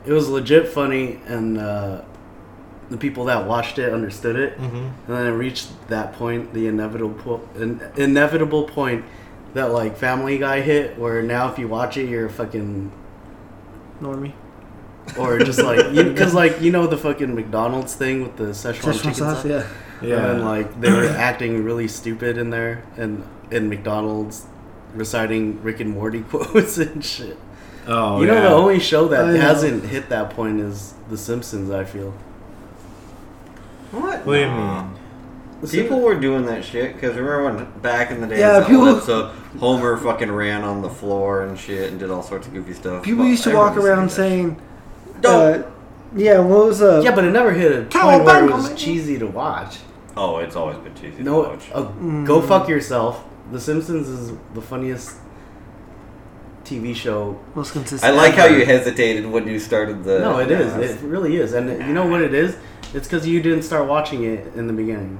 it was legit funny, and uh, the people that watched it understood it. Mm-hmm. And then it reached that point, the inevitable po- in- inevitable point that like Family Guy hit, where now if you watch it, you're a fucking Normie. or just like because like you know the fucking McDonald's thing with the Szechuan chicken Szechuan sauce. sauce, yeah. Yeah. And like they were acting really stupid in there and in McDonald's reciting Rick and Morty quotes and shit. Oh, you know yeah. the only show that I know. hasn't hit that point is The Simpsons, I feel. what? What do you Nah. mean? People were doing that shit because remember when back in the day, Yeah, yeah, people- so Homer fucking ran on the floor and shit and did all sorts of goofy stuff. People Well, used to everyone walk do around that saying, Don't. uh, "Yeah, what was uh, Yeah, but it never hit a point where it was cheesy to watch. shit. "Oh, it's always been cheesy." to No, watch. uh, Mm. go fuck yourself. The Simpsons is the funniest TV show. most I consistent?" like how you hesitated when you started the. no, it is. It really is. And you know what it is? It's because you didn't start watching it in the beginning.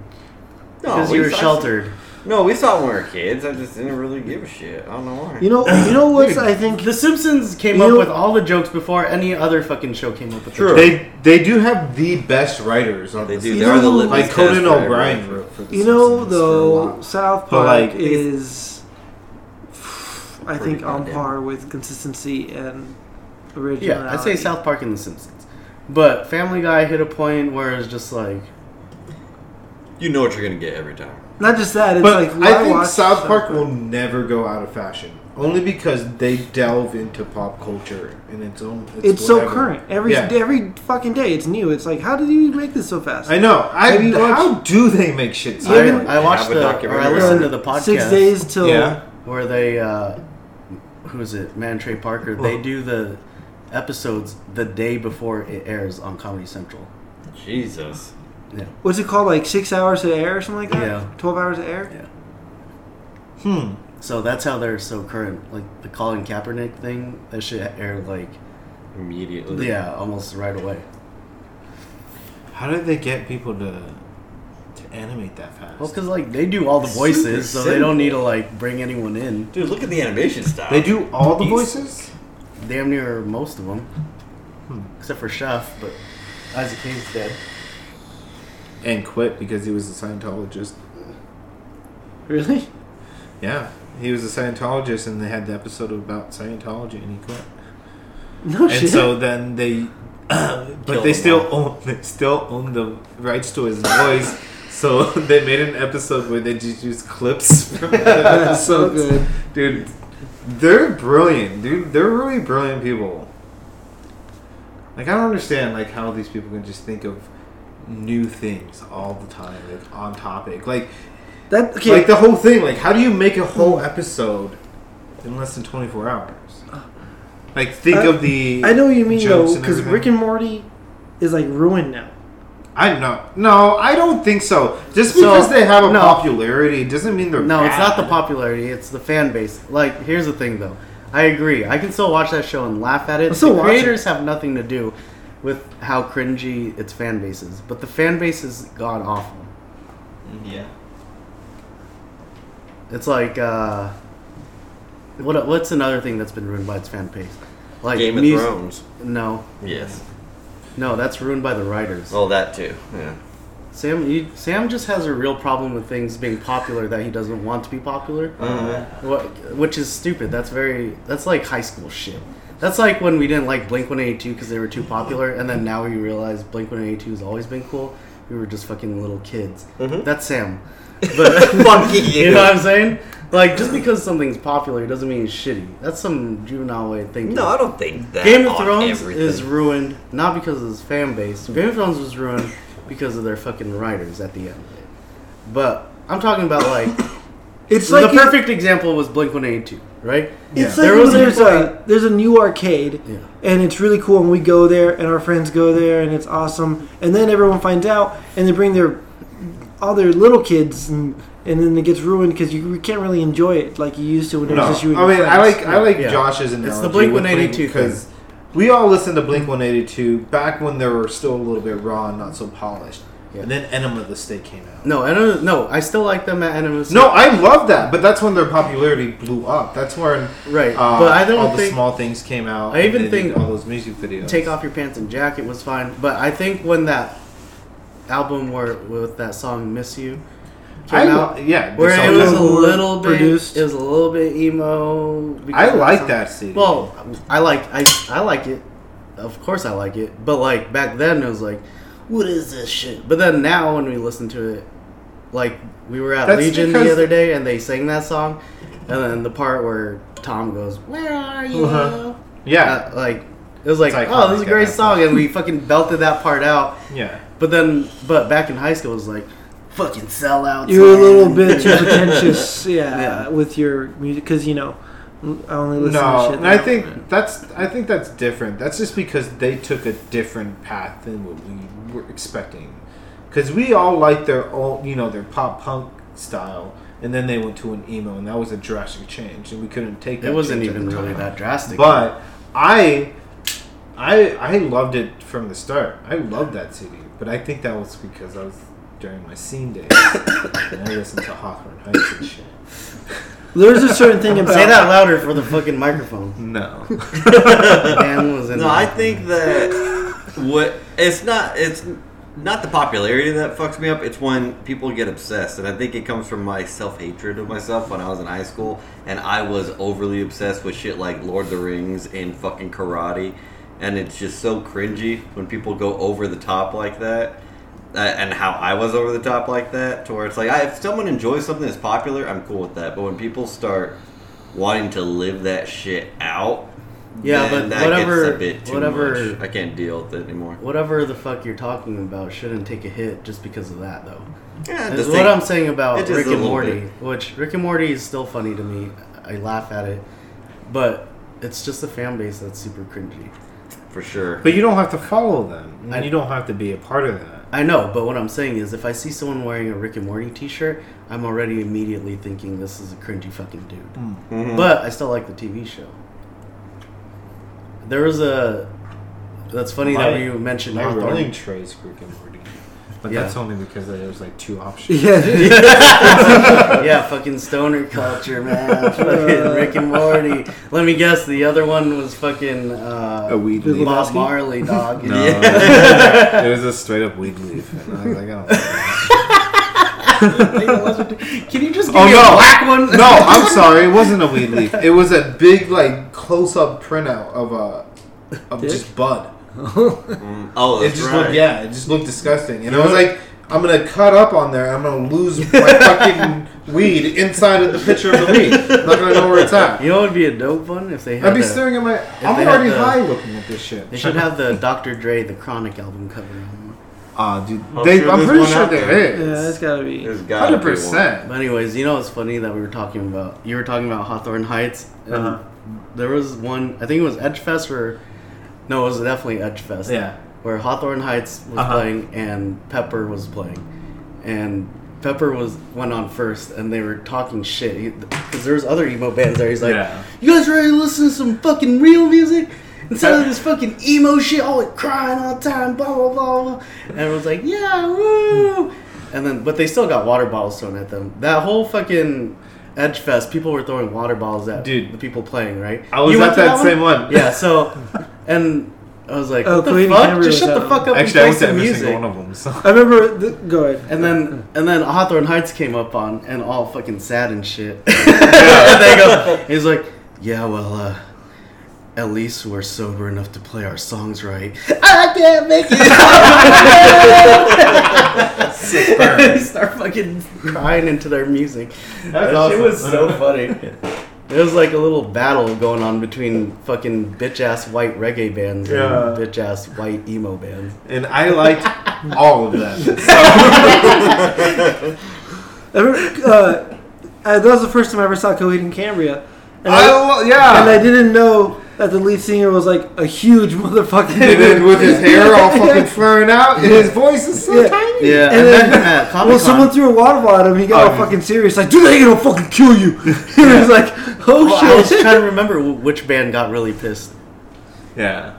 Because we you were saw- sheltered. No, we saw it when we were kids. I just didn't really give a shit. I don't know why. You know, you know what's I think. The Simpsons came You up know- with all the jokes before any other fucking show came up with. True. The jokes. They they do have the best writers on they this. do. You They are the know, litmus Like test Conan for O'Brien everything. wrote for the You know, Simpsons for a though, while. South But, Park like, is, I Pretty think, on goddamn- par with consistency and originality. Yeah, I'd say South Park and The Simpsons. But Family Guy hit a point where it's just like, You know what you're gonna get every time. Not just that. It's But like why I think watch South Park will never go out of fashion, only because they delve into pop culture in its own. It's so whatever. current. Every Yeah. every fucking day, it's new. It's like, how did you make this so fast? I know. I Have you watched- how do they make shit? so Yeah, good? I, I watched have a the, or I documentary. listened to the podcast. Six days till Yeah. where they uh who is it man trey parker they do the episodes the day before it airs on comedy central Jesus. yeah what's it called? Like six hours to air or something like that. Yeah. twelve hours to air. yeah Hmm. so that's how they're so current like the colin kaepernick thing that shit aired like Immediately. yeah almost right away How did they get people to to animate that fast? well because like they do all the voices Super so they don't simple. need to like bring anyone in Dude, look at the animation style. they do all the He's- voices. damn near most of them except for chef but isaac hayes dead and quit because he was a Scientologist. Really? Yeah, he was a Scientologist, and they had the episode about Scientology, and he quit. No And Oh, shit. so then they, but Killed they him still off. own they still own the rights to his voice. So they made an episode where they just used clips from the That's so episodes. good. Dude, they're brilliant, dude. They're really brilliant people. Like I don't understand like how these people can just think of new things all the time, like on topic. Like That okay. like the whole thing, like how do you make a whole Hmm. episode in less than twenty four hours? Like think I- of the I know what you mean jokes though, and because everything. Rick and Morty is like ruined now. I know. No, I don't think so. Just So, because they have a no. popularity doesn't mean they're No, it's not the pop. popularity, it's the fan base. Like, here's the thing though. I agree. I can still watch that show and laugh at it. I'll still the watch it. creators have nothing to do with how cringy its fan base is. But the fan base has gone awful. Yeah. It's like uh what what's another thing that's been ruined by its fan base? Like Game of mus- Thrones. No. Yes. No, that's ruined by the writers. Well, that too. Yeah. Sam you, Sam just has a real problem with things being popular that he doesn't want to be popular. Uh, What, which is stupid. That's very. That's like high school shit. That's like when we didn't like Blink One Eighty Two because they were too popular, and then now we realize Blink One Eighty Two has always been cool. We were just fucking little kids. Mm-hmm. That's Sam. But Fuck you. you know what I'm saying? Like just because something's popular doesn't mean it's shitty. That's some juvenile way of thinking. no, I don't think that. Game of on Thrones everything. is ruined not because of its fan base. Game of Thrones was ruined because of their fucking writers at the end of it. But I'm talking about like It's the like you- perfect example was Blink One Eighty Two, right? It's Yeah. like There when was a there's point- a there's a new arcade, Yeah. and it's really cool, and we go there, and our friends go there, and it's awesome, and then everyone finds out, and they bring their all their little kids, and and then it gets ruined because you can't really enjoy it like you used to when it was No. just you. And I your mean, I friends. like I like Yeah. Josh's analogy. It's the Blink with 182 because we all listened to Blink 182 back when they were still a little bit raw and not so polished. Yeah. And then Enema of the State came out. No, I don't. No, I still like them at Animus. No, I love that, but that's when their popularity blew up. That's when right. uh, but I don't all the think small things came out. I even and they did think- all those music videos. take off your pants and jacket was fine. But I think when that album where with that song "Miss You" I, came out, yeah, where so it was a Who little bit, produced? it was a little bit emo. because I of like song. that CD. Well, I like I I like it. Of course, I like it. But like back then, it was like, what is this shit? But then now, when we listen to it, like we were at That's Legion because- the other day, and they sang that song, and then the part where Tom goes, "Where are you?" Uh-huh. yeah, Uh, like it was like, It's oh, this is iconic, a great that song, and we fucking belted that part out. yeah. But then, but back in high school, it was like, fucking sellouts. you're a man." little bit too pretentious, yeah, Yeah. with your music because you know I only listen to No, shit. and that- I think that's I think that's different. That's just because they took a different path than what we were expecting. Because we all like their old, you know, their pop punk style, and then they went to an emo, and that was a drastic change, and we couldn't take that. It wasn't change at even the really time. that drastic. But I, I, I loved it from the start. I loved that CD, but I think that was because I was during my scene days, and I listened to Hawthorne Heights and shit. there's a certain thing about say that louder for the fucking microphone. No, Dan was in No, there. I think that what it's not it's not the popularity that fucks me up. It's when people get obsessed, and I think it comes from my self hatred of myself when I was in high school, and I was overly obsessed with shit like Lord of the Rings and fucking karate, and it's just so cringy when people go over the top like that. Uh, and how I was over the top like that, to where it's like, I, if someone enjoys something that's popular, I'm cool with that. But when people start wanting to live that shit out, Yeah, but then that gets whatever- a bit too whatever- much. I can't deal with it anymore. Whatever the fuck you're talking about shouldn't take a hit just because of that, though. Yeah, That's just what think- I'm saying it about is a Rick and little Morty, bit. which Rick and Morty is still funny to me. I laugh at it, but it's just the fan base that's super cringy. for sure. but you don't have to follow them, and I- you don't have to be a part of that. I know, but what I'm saying is, if I see someone wearing a Rick and Morty T-shirt, I'm already immediately thinking this is a cringy fucking dude. Mhm. But I still like the TV show. There was a. That's funny My- that you mentioned My Hawthorne. rolling tray is Rick and Morty, but Yeah. that's only because there's like two options. yeah, yeah, fucking stoner culture, man. fucking Rick and Morty. Let me guess, the other one was fucking uh, A weed leaf. Bob Lebowski? Marley, dog. No, it was a straight up weed leaf. And I was like, I don't Can you just give Oh, me no. a black one? no, I'm sorry. It wasn't a weed leaf. It was a big, like, close up printout of a of Dick? just bud. Mm. Oh, It that's just right. looked, yeah, it just looked disgusting. And You I was know- like, I'm gonna cut up on there. I'm gonna lose my fucking weed inside of the picture of the weed. I'm not gonna know where it's at. You know what would be a dope one if they had. I'd be the- staring at my. they I'm had already the- high looking at this shit. They should have the Dr. Dre the Chronic album cover. on. Ah, dude. I'm They, sure I'm there's pretty one sure out there there. it's is. gotta be. There's gotta Hundred be one. percent. But anyways, you know it's funny that we were talking about you were talking about Hawthorne Heights and Uh-huh. there was one I think it was Edgefest or no, it was definitely Edgefest. Yeah. Where Hawthorne Heights was Uh-huh. playing and Pepper was playing. And Pepper was went on first and they were talking shit because there was other emo bands there. He's like, Yeah. "You guys ready to listen to some fucking real music instead of this fucking emo shit? All like crying all the time, blah blah blah." blah." And everyone's like, "Yeah, woo!" And then, but they still got water bottles thrown at them. That whole fucking Edge Fest, people were throwing water bottles at Dude. the people playing, right? I was You went at to that same one. Yeah. So, and I was like, Oh, "What the Cleveland fuck? Cavaliers Just shut the out. fuck up Actually, I and went play to some every music." single one of them. So. I remember. The, go ahead. And then and then Hawthorne Heights came up on and all fucking sad and shit. and they go, he's like, yeah, well, uh, at least we're sober enough to play our songs right. I can't make it. Sick burn. Start fucking crying into their music. That awesome. shit was so funny. It was like a little battle going on between fucking bitch ass white reggae bands Yeah. and bitch ass white emo bands. And I liked all of them. I remember, uh, Uh, that was the first time I ever saw Coheed and Cambria. And I lo- Oh, yeah. and I didn't know that the lead singer was like a huge motherfucking And then dude. with his hair all fucking Yeah. thrown out, and his voice is so Yeah. tiny. Yeah, And and then- then at Comic-Con, Well, someone threw a water bottle at him. He got Oh, all yeah. fucking serious, like, "Dude, they gonna fucking kill you!" he was like, "Oh Well, I was shit!" trying to remember wh- which band got really pissed. Yeah.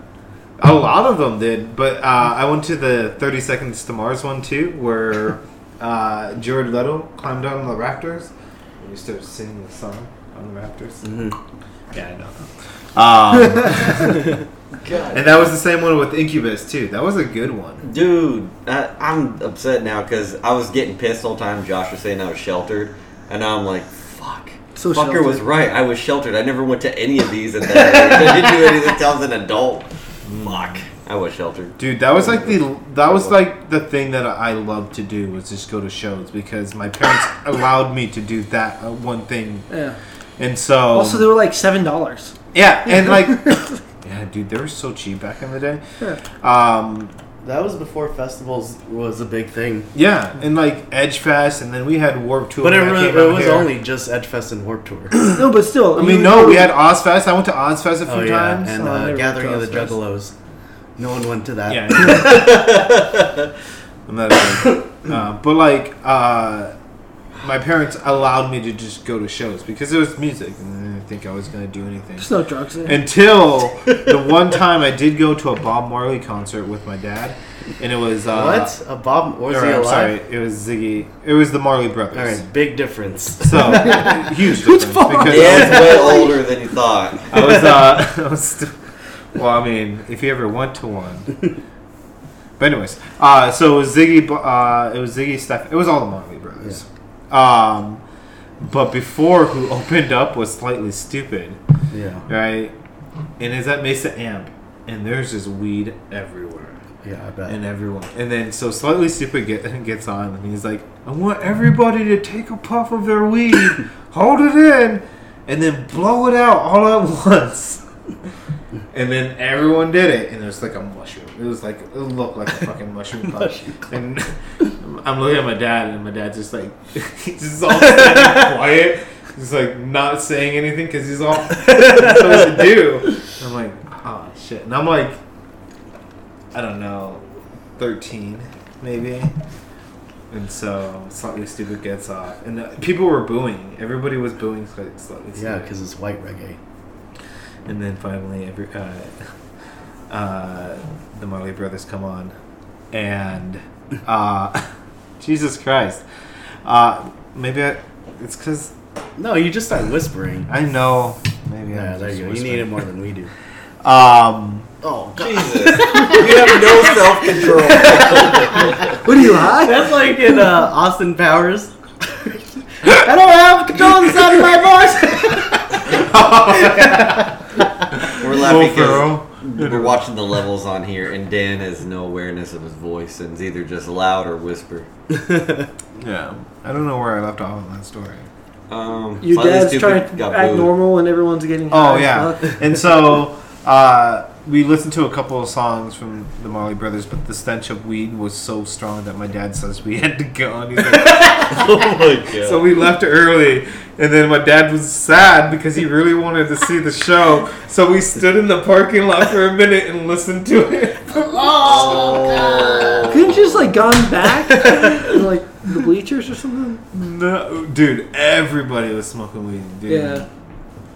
A lot of them did, but uh, I went to the 30 Seconds to Mars one too, where uh, Jared Leto climbed down on the rafters and he started singing the song on the rafters. Mm-hmm. Yeah, I know. Um, and that was the same one with Incubus too. That was a good one. Dude, I, I'm upset now because I was getting pissed the whole time. Josh was saying I was sheltered, and now I'm like, fuck. So Fucker was sheltered. right. I was sheltered. I never went to any of these at that age. I didn't do anything until I was an adult. Fuck. I was sheltered. Dude, that was like the that was like the thing that I loved to do was just go to shows because my parents allowed me to do that uh, one thing, Yeah. and so Also, they were like seven dollars. yeah, and like yeah, dude, they were so cheap back in the day. Yeah. Um, That was before festivals was a big thing. yeah, and like Edge Fest, and then we had Warp Tour. But it, when that really, came out it was here. only just Edgefest and Warp Tour. No, but still. I mean, no, we had Ozfest. I went to Ozfest a few oh, yeah. times. and Oh, I uh, never Gathering of the went to Juggalos. No one went to that. Yeah. I'm not a big- uh, but like, uh, my parents allowed me to just go to shows because it was music, and I didn't think I was gonna do anything There's no drugs in it. until the one time I did go to a Bob Marley concert with my dad, and it was uh, what? A Bob or, was he I'm alive? sorry, it was Ziggy. It was the Marley Brothers. All right, big difference. So huge Who's difference Bob because I was Yeah, it's way older than you thought. I was, uh, I was st- well, I mean, if you ever went to one. But anyways, uh, so it was Ziggy, Bo- uh, it was Ziggy stuff. It was all the Marley Brothers. Um, but before who opened up was slightly stupid, Yeah, right? And is at Mesa Amp, and there's just weed everywhere yeah, I bet. and everyone. And then so slightly stupid get, gets on and he's like, I want everybody to take a puff of their weed, hold it in, and then blow it out all at once. And then everyone did it, and it was like a mushroom. It was like it looked like a fucking mushroom cloud. And I'm looking at my dad, and my dad's just like, he's just all standing quiet, just like not saying anything because he's all supposed to do. And I'm like, oh shit, and I'm like, I don't know, 13 maybe. And so Slightly Stupid gets off. And uh, people were booing. Everybody was booing Sli- Slightly Stupid. yeah, because it's white reggae. And then finally, every uh, uh, the Marley Brothers come on. And uh, Jesus Christ. Uh, maybe I, it's because No, you just start whispering. I know. Maybe I'm Yeah, there just you go. You whispering. need it more than we do. Um, Oh, God. Jesus. You have no self control. What are you high? That's like in uh, Austin Powers. I don't have control of the sound of my voice. We're laughing Will because we're watching the levels on here, and Dan has no awareness of his voice, and it's either just loud or whisper. Ferrell. Yeah. I don't know where I left off on that story. Um, Your Slightly dad's Stupid trying to got act booed. normal, and everyone's getting. high Oh as yeah, fuck. and so uh, we listened to a couple of songs from the Marley Brothers, but the stench of weed was so strong that my dad says we had to go. And he's like, Oh my god. so we left early, and then my dad was sad because he really wanted to see the show. So we stood in the parking lot for a minute and listened to it. Oh, Couldn't you just like gone back, in, like the bleachers or something? no, dude, everybody was smoking weed. Dude. Yeah.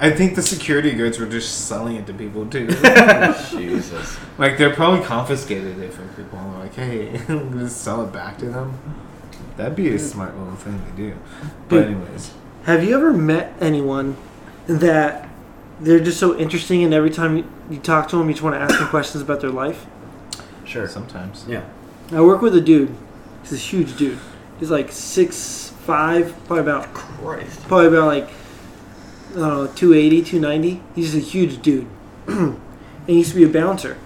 I think the security guards were just selling it to people too. Jesus. Like they're probably confiscated it from people. And they're like, hey, just sell it back to them. That'd be a smart little thing to do. But anyways, Have you ever met anyone that they're just so interesting, and every time you, you talk to them, you just want to ask them questions about their life? Sure. sometimes. Yeah. I work with a dude. He's this huge dude. He's like six five, probably about Christ. probably about like I don't know, 280, 290. He's just a huge dude. and he used to be a bouncer.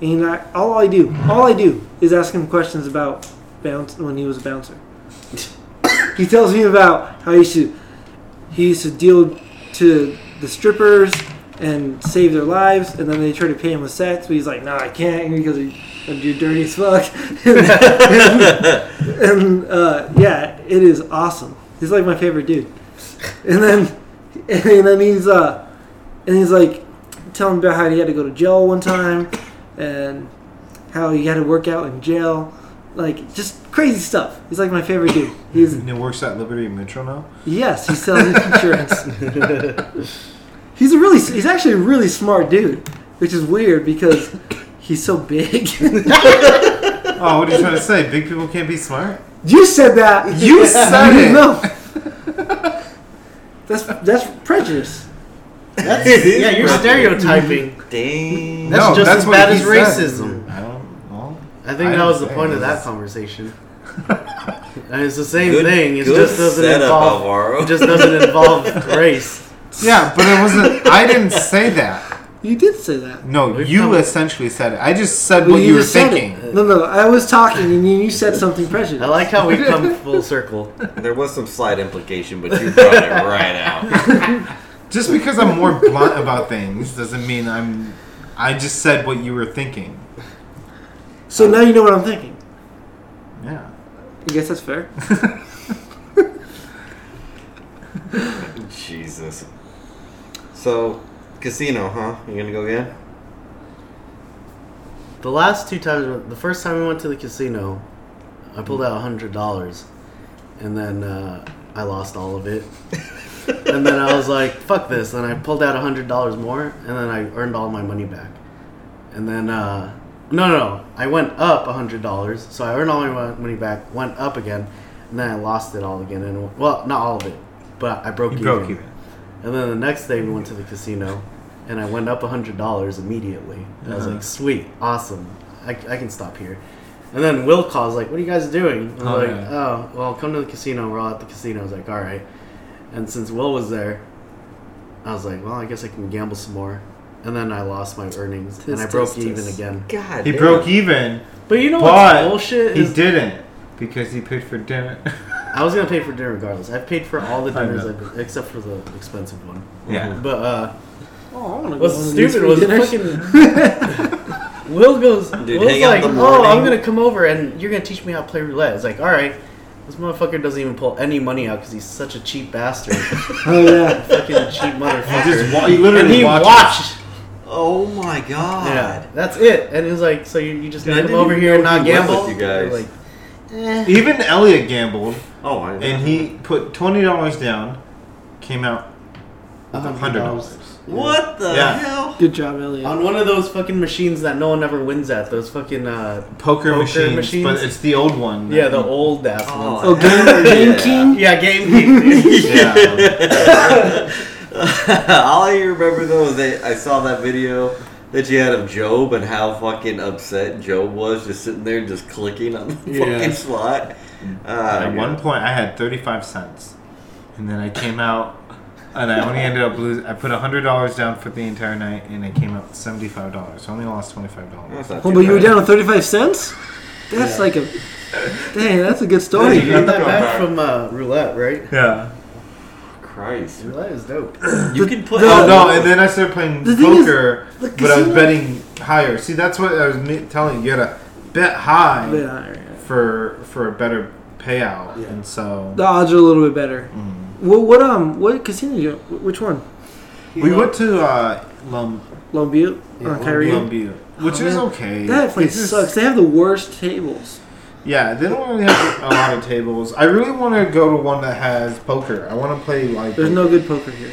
And I, all I do, all I do is ask him questions about bounce when he was a bouncer. he tells me about how he used to he used to deal to the strippers and save their lives, and then they try to pay him with sex, but he's like, "No, I can't because I'm too dirty as fuck." and uh, yeah, it is awesome. He's like my favorite dude. and then and then he's uh and he's like telling about how he had to go to jail one time and how he had to work out in jail. Like just crazy stuff. He's like my favorite dude. He's And it works at Liberty Mutual now. yes, he sells insurance. he's a really he's actually a really smart dude, which is weird because he's so big. Oh, what are you trying to say? Big people can't be smart. you said that. You said I it. didn't know. That's that's prejudice. That's, yeah, you're stereotyping. Dang. That's No, just that's as what bad he as racism. I don't know. I think I that was the don't point think of that it's- conversation. and it's the same Good- thing. It good just doesn't setup, involve. Alvaro. It just doesn't involve race. Yeah, but it wasn't. I didn't say that. You did say that. No, We've you come- essentially said it. I just said Well, what you, were just said thinking. it. No, no, I was talking and you, you said something prejudiced. I like how we come full circle. There was some slight implication, but you brought it right out. Just because I'm more blunt about things doesn't mean I'm. I just said what you were thinking. so now you know what I'm thinking. Yeah. I guess that's fair. Jesus. So, casino, huh? You gonna go again? The last two times, the first time we went to the casino, I pulled out hundred dollars, and then uh, I lost all of it. and then I was like, "Fuck this!" And I pulled out hundred dollars more, and then I earned all my money back. And then uh, no, no, no, I went up hundred dollars, so I earned all my mon- money back, went up again, and then I lost it all again. And well, not all of it, but I broke You even. broke even. And then the next day we went to the casino, and I went up hundred dollars immediately. And I was Uh-huh. like, "Sweet, awesome, I, I can stop here." And then Will calls like, "What are you guys doing?" And I'm Oh, like, yeah. "Oh, well, come to the casino. We're all at the casino." I was like, "All right." And since Will was there, I was like, "Well, I guess I can gamble some more." And then I lost my earnings, and I Tis, broke tis, even tis. again. God. He damn. broke even, But you know but what's bullshit? he Is didn't because he paid for dinner. I was gonna pay for dinner regardless. I've paid for all the I dinners know. I've been, except for the expensive one. yeah. But uh, Oh, I want to go. What's on these stupid free was dinners. fucking- Will goes. Dude, Will's hang out like, in the oh, I'm morning." gonna come over and you're gonna teach me how to play roulette. It's like, all right, this motherfucker doesn't even pull any money out because he's such a cheap bastard, Oh yeah. fucking cheap motherfucker. He just wa- he literally and he watched. watched. Oh my god. Yeah, that's it. And it was like, so you, you just Dude, gonna I come didn't over even here and know not he went gamble? with you guys. Like, eh. Even Elliot gambled, Oh, I and he put twenty dollars down, came out with hundred dollars. What the Yeah. hell? Good job, Elliot. On one of those fucking machines that no one ever wins at, those fucking uh, Poker, Poker machines, machines? but it's the old one. yeah, the old ass ones. Oh, Game, game Yeah. King. Yeah, Game King. dude. Yeah. All I remember though is that I saw that video that you had of Job and how fucking upset Job was, just sitting there, just clicking on the Yeah. fucking slot. Uh, At one point, I had thirty-five cents, and then I came out, and I only ended up losing. I put hundred dollars down for the entire night, and I came out with seventy-five dollars. So I only lost twenty-five dollars. That's not Oh, too but you were bad. down to 35 cents. That's like a. Dang, that's a good You story. got that back from uh, roulette, right? Yeah. Christ. Roulette is dope. You can put. the- Oh no! And then I started playing The thing is, poker, the but I was casino- betting higher. See, that's what I was me- telling you. You gotta bet high But, uh, for for a better payout, and so The odds are a little bit better. Mm. What, what um what casino? You, wh- which one? we went to uh, Lum, Lone Butte Yeah, on Lone Uh, Kyrie. Lum Butte, which Oh, is man. okay. That place It's just- sucks. They have the worst tables. Yeah, they don't really have a lot of tables. I really want to go to one that has poker. I want to play like. There's no good poker here.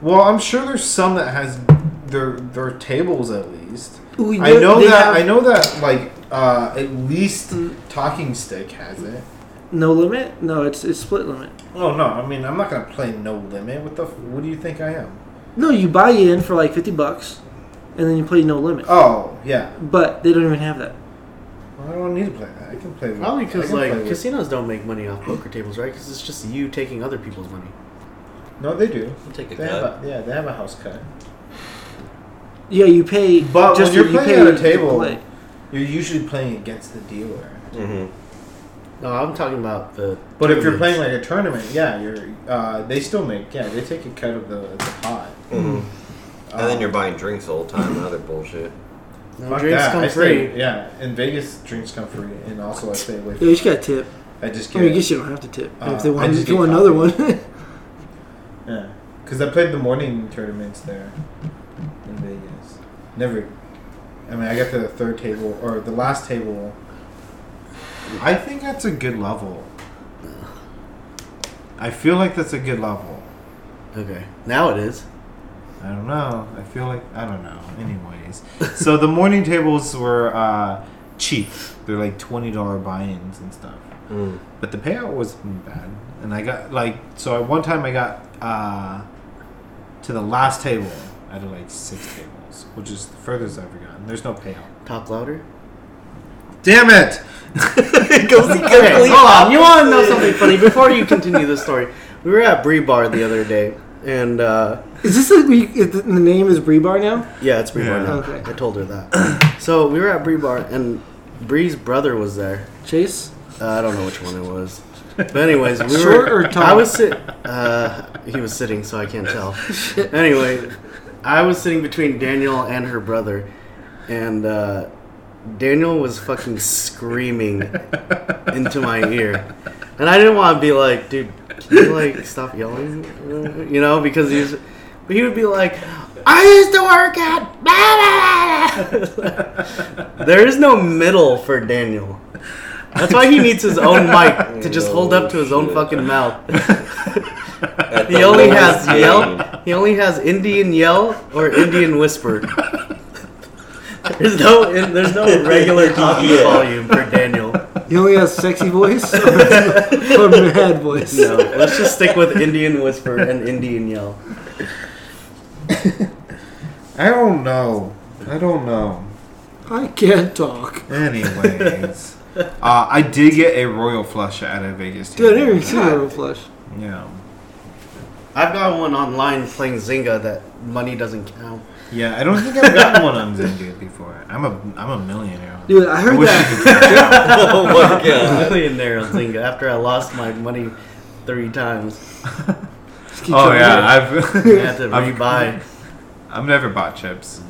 Well, I'm sure there's some that has their their tables at least. Ooh, you I know they that have I know that like uh, at least Talking Stick has it. No limit? No, it's it's split limit. Oh no! I mean, I'm not gonna play no limit. What the? f- What do you think I am? No, you buy in for like fifty bucks, and then you play no limit. Oh yeah, But they don't even have that. well, I don't need to play that. I can play. with- Probably I because can like play with- casinos don't make money off poker tables, right? Because it's just you taking other people's money. no, they do. I'll take a They have cut. a, yeah, they have a house cut. Yeah, you pay. But when just you're what you playing pay at a to table, play. you're usually playing against the dealer. Mhm. No, I'm talking about the. But if you're tournaments. playing like a tournament, yeah, you're. Uh, they still make yeah. They take a cut of the, the pot. mm-hmm. Hmm. Um, And then you're buying drinks the whole time and other bullshit. no, Fuck drinks that. come I free. stay- yeah, in Vegas drinks come free, and also I stay away. Yeah, From, you just got to tip. I just I get. mean, I guess you don't have to tip. Uh, if they I want, just if you get want another one. Because I played the morning tournaments there in Vegas. Never. I mean, I got to the third table or the last table. I think that's a good level. I feel like that's a good level. Okay. Now it is. I don't know. I feel like I don't know. Anyways, so the morning tables were uh, cheap. They're like twenty dollar buy-ins and stuff. Mm. But the payout wasn't bad, and I got like so. At one time, I got uh, to the last table out of like six tables, which is the furthest I've ever gotten. There's no payout. Talk louder. Damn it! okay, hold on. You want to know something funny? Before you continue this story, we were at Brie Bar the other day, and uh, Is this like we? Is the, the name is Brie Bar now? yeah, it's Brie Bar Yeah. now. Okay. I told her that. So we were at Brie Bar, and Brie's brother was there. Chase. Uh, I don't know which one it was. But anyways, we Short or were. tall? I was sit. Uh, he was sitting, so I can't tell. anyway, I was sitting between Daniel and her brother, and uh, Daniel was fucking screaming into my ear, and I didn't want to be like, dude, can you like stop yelling, you know, because he was. But he would be like, I used to work at. there is no middle for Daniel. That's why he needs his own mic to just hold up to his own fucking mouth. At He the only has lowest game. yell. He only has Indian yell or Indian whisper. There's no in, there's no regular talking Yeah. volume for Daniel. He only has sexy voice or, or mad voice. No, let's just stick with Indian whisper and Indian yell. I don't know. I don't know. I can't talk. Anyways, uh, I did get a royal flush out of Vegas. Dude, I table. never even seen Royal Flush. Yeah. I've got one online playing Zynga that money doesn't count. Yeah, I don't think I've gotten one on Zynga before. I'm a I'm a millionaire. Dude, I heard wish that. Oh my god. Millionaire on Zynga after I lost my money three times. Just keep Oh trying. yeah, I I've had to I've- rebuy. I've never bought chips.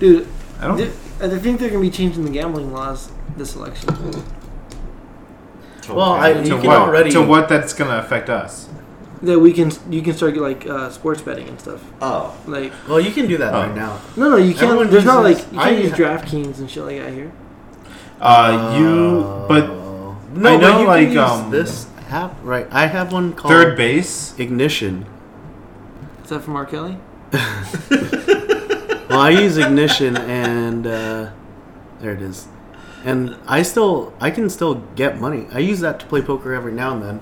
dude. I don't. th- I think they're gonna be changing the gambling laws this election. Well, I, you to can what? already To what that's gonna affect us? That we can, you can start like uh, sports betting and stuff. Oh. Like, Well, you can do that Oh. right now. no, no, you can't. Everyone there's not like uses- you can't I- use DraftKings and shit like that here. Uh, you, Oh. but no, I know, but you like, can use um, this app, right? I have one called third base. Ignition. Is that from R. Kelly? Well, I use Ignition, and uh, there it is. And I still, I can still get money. I use that to play poker every now and then.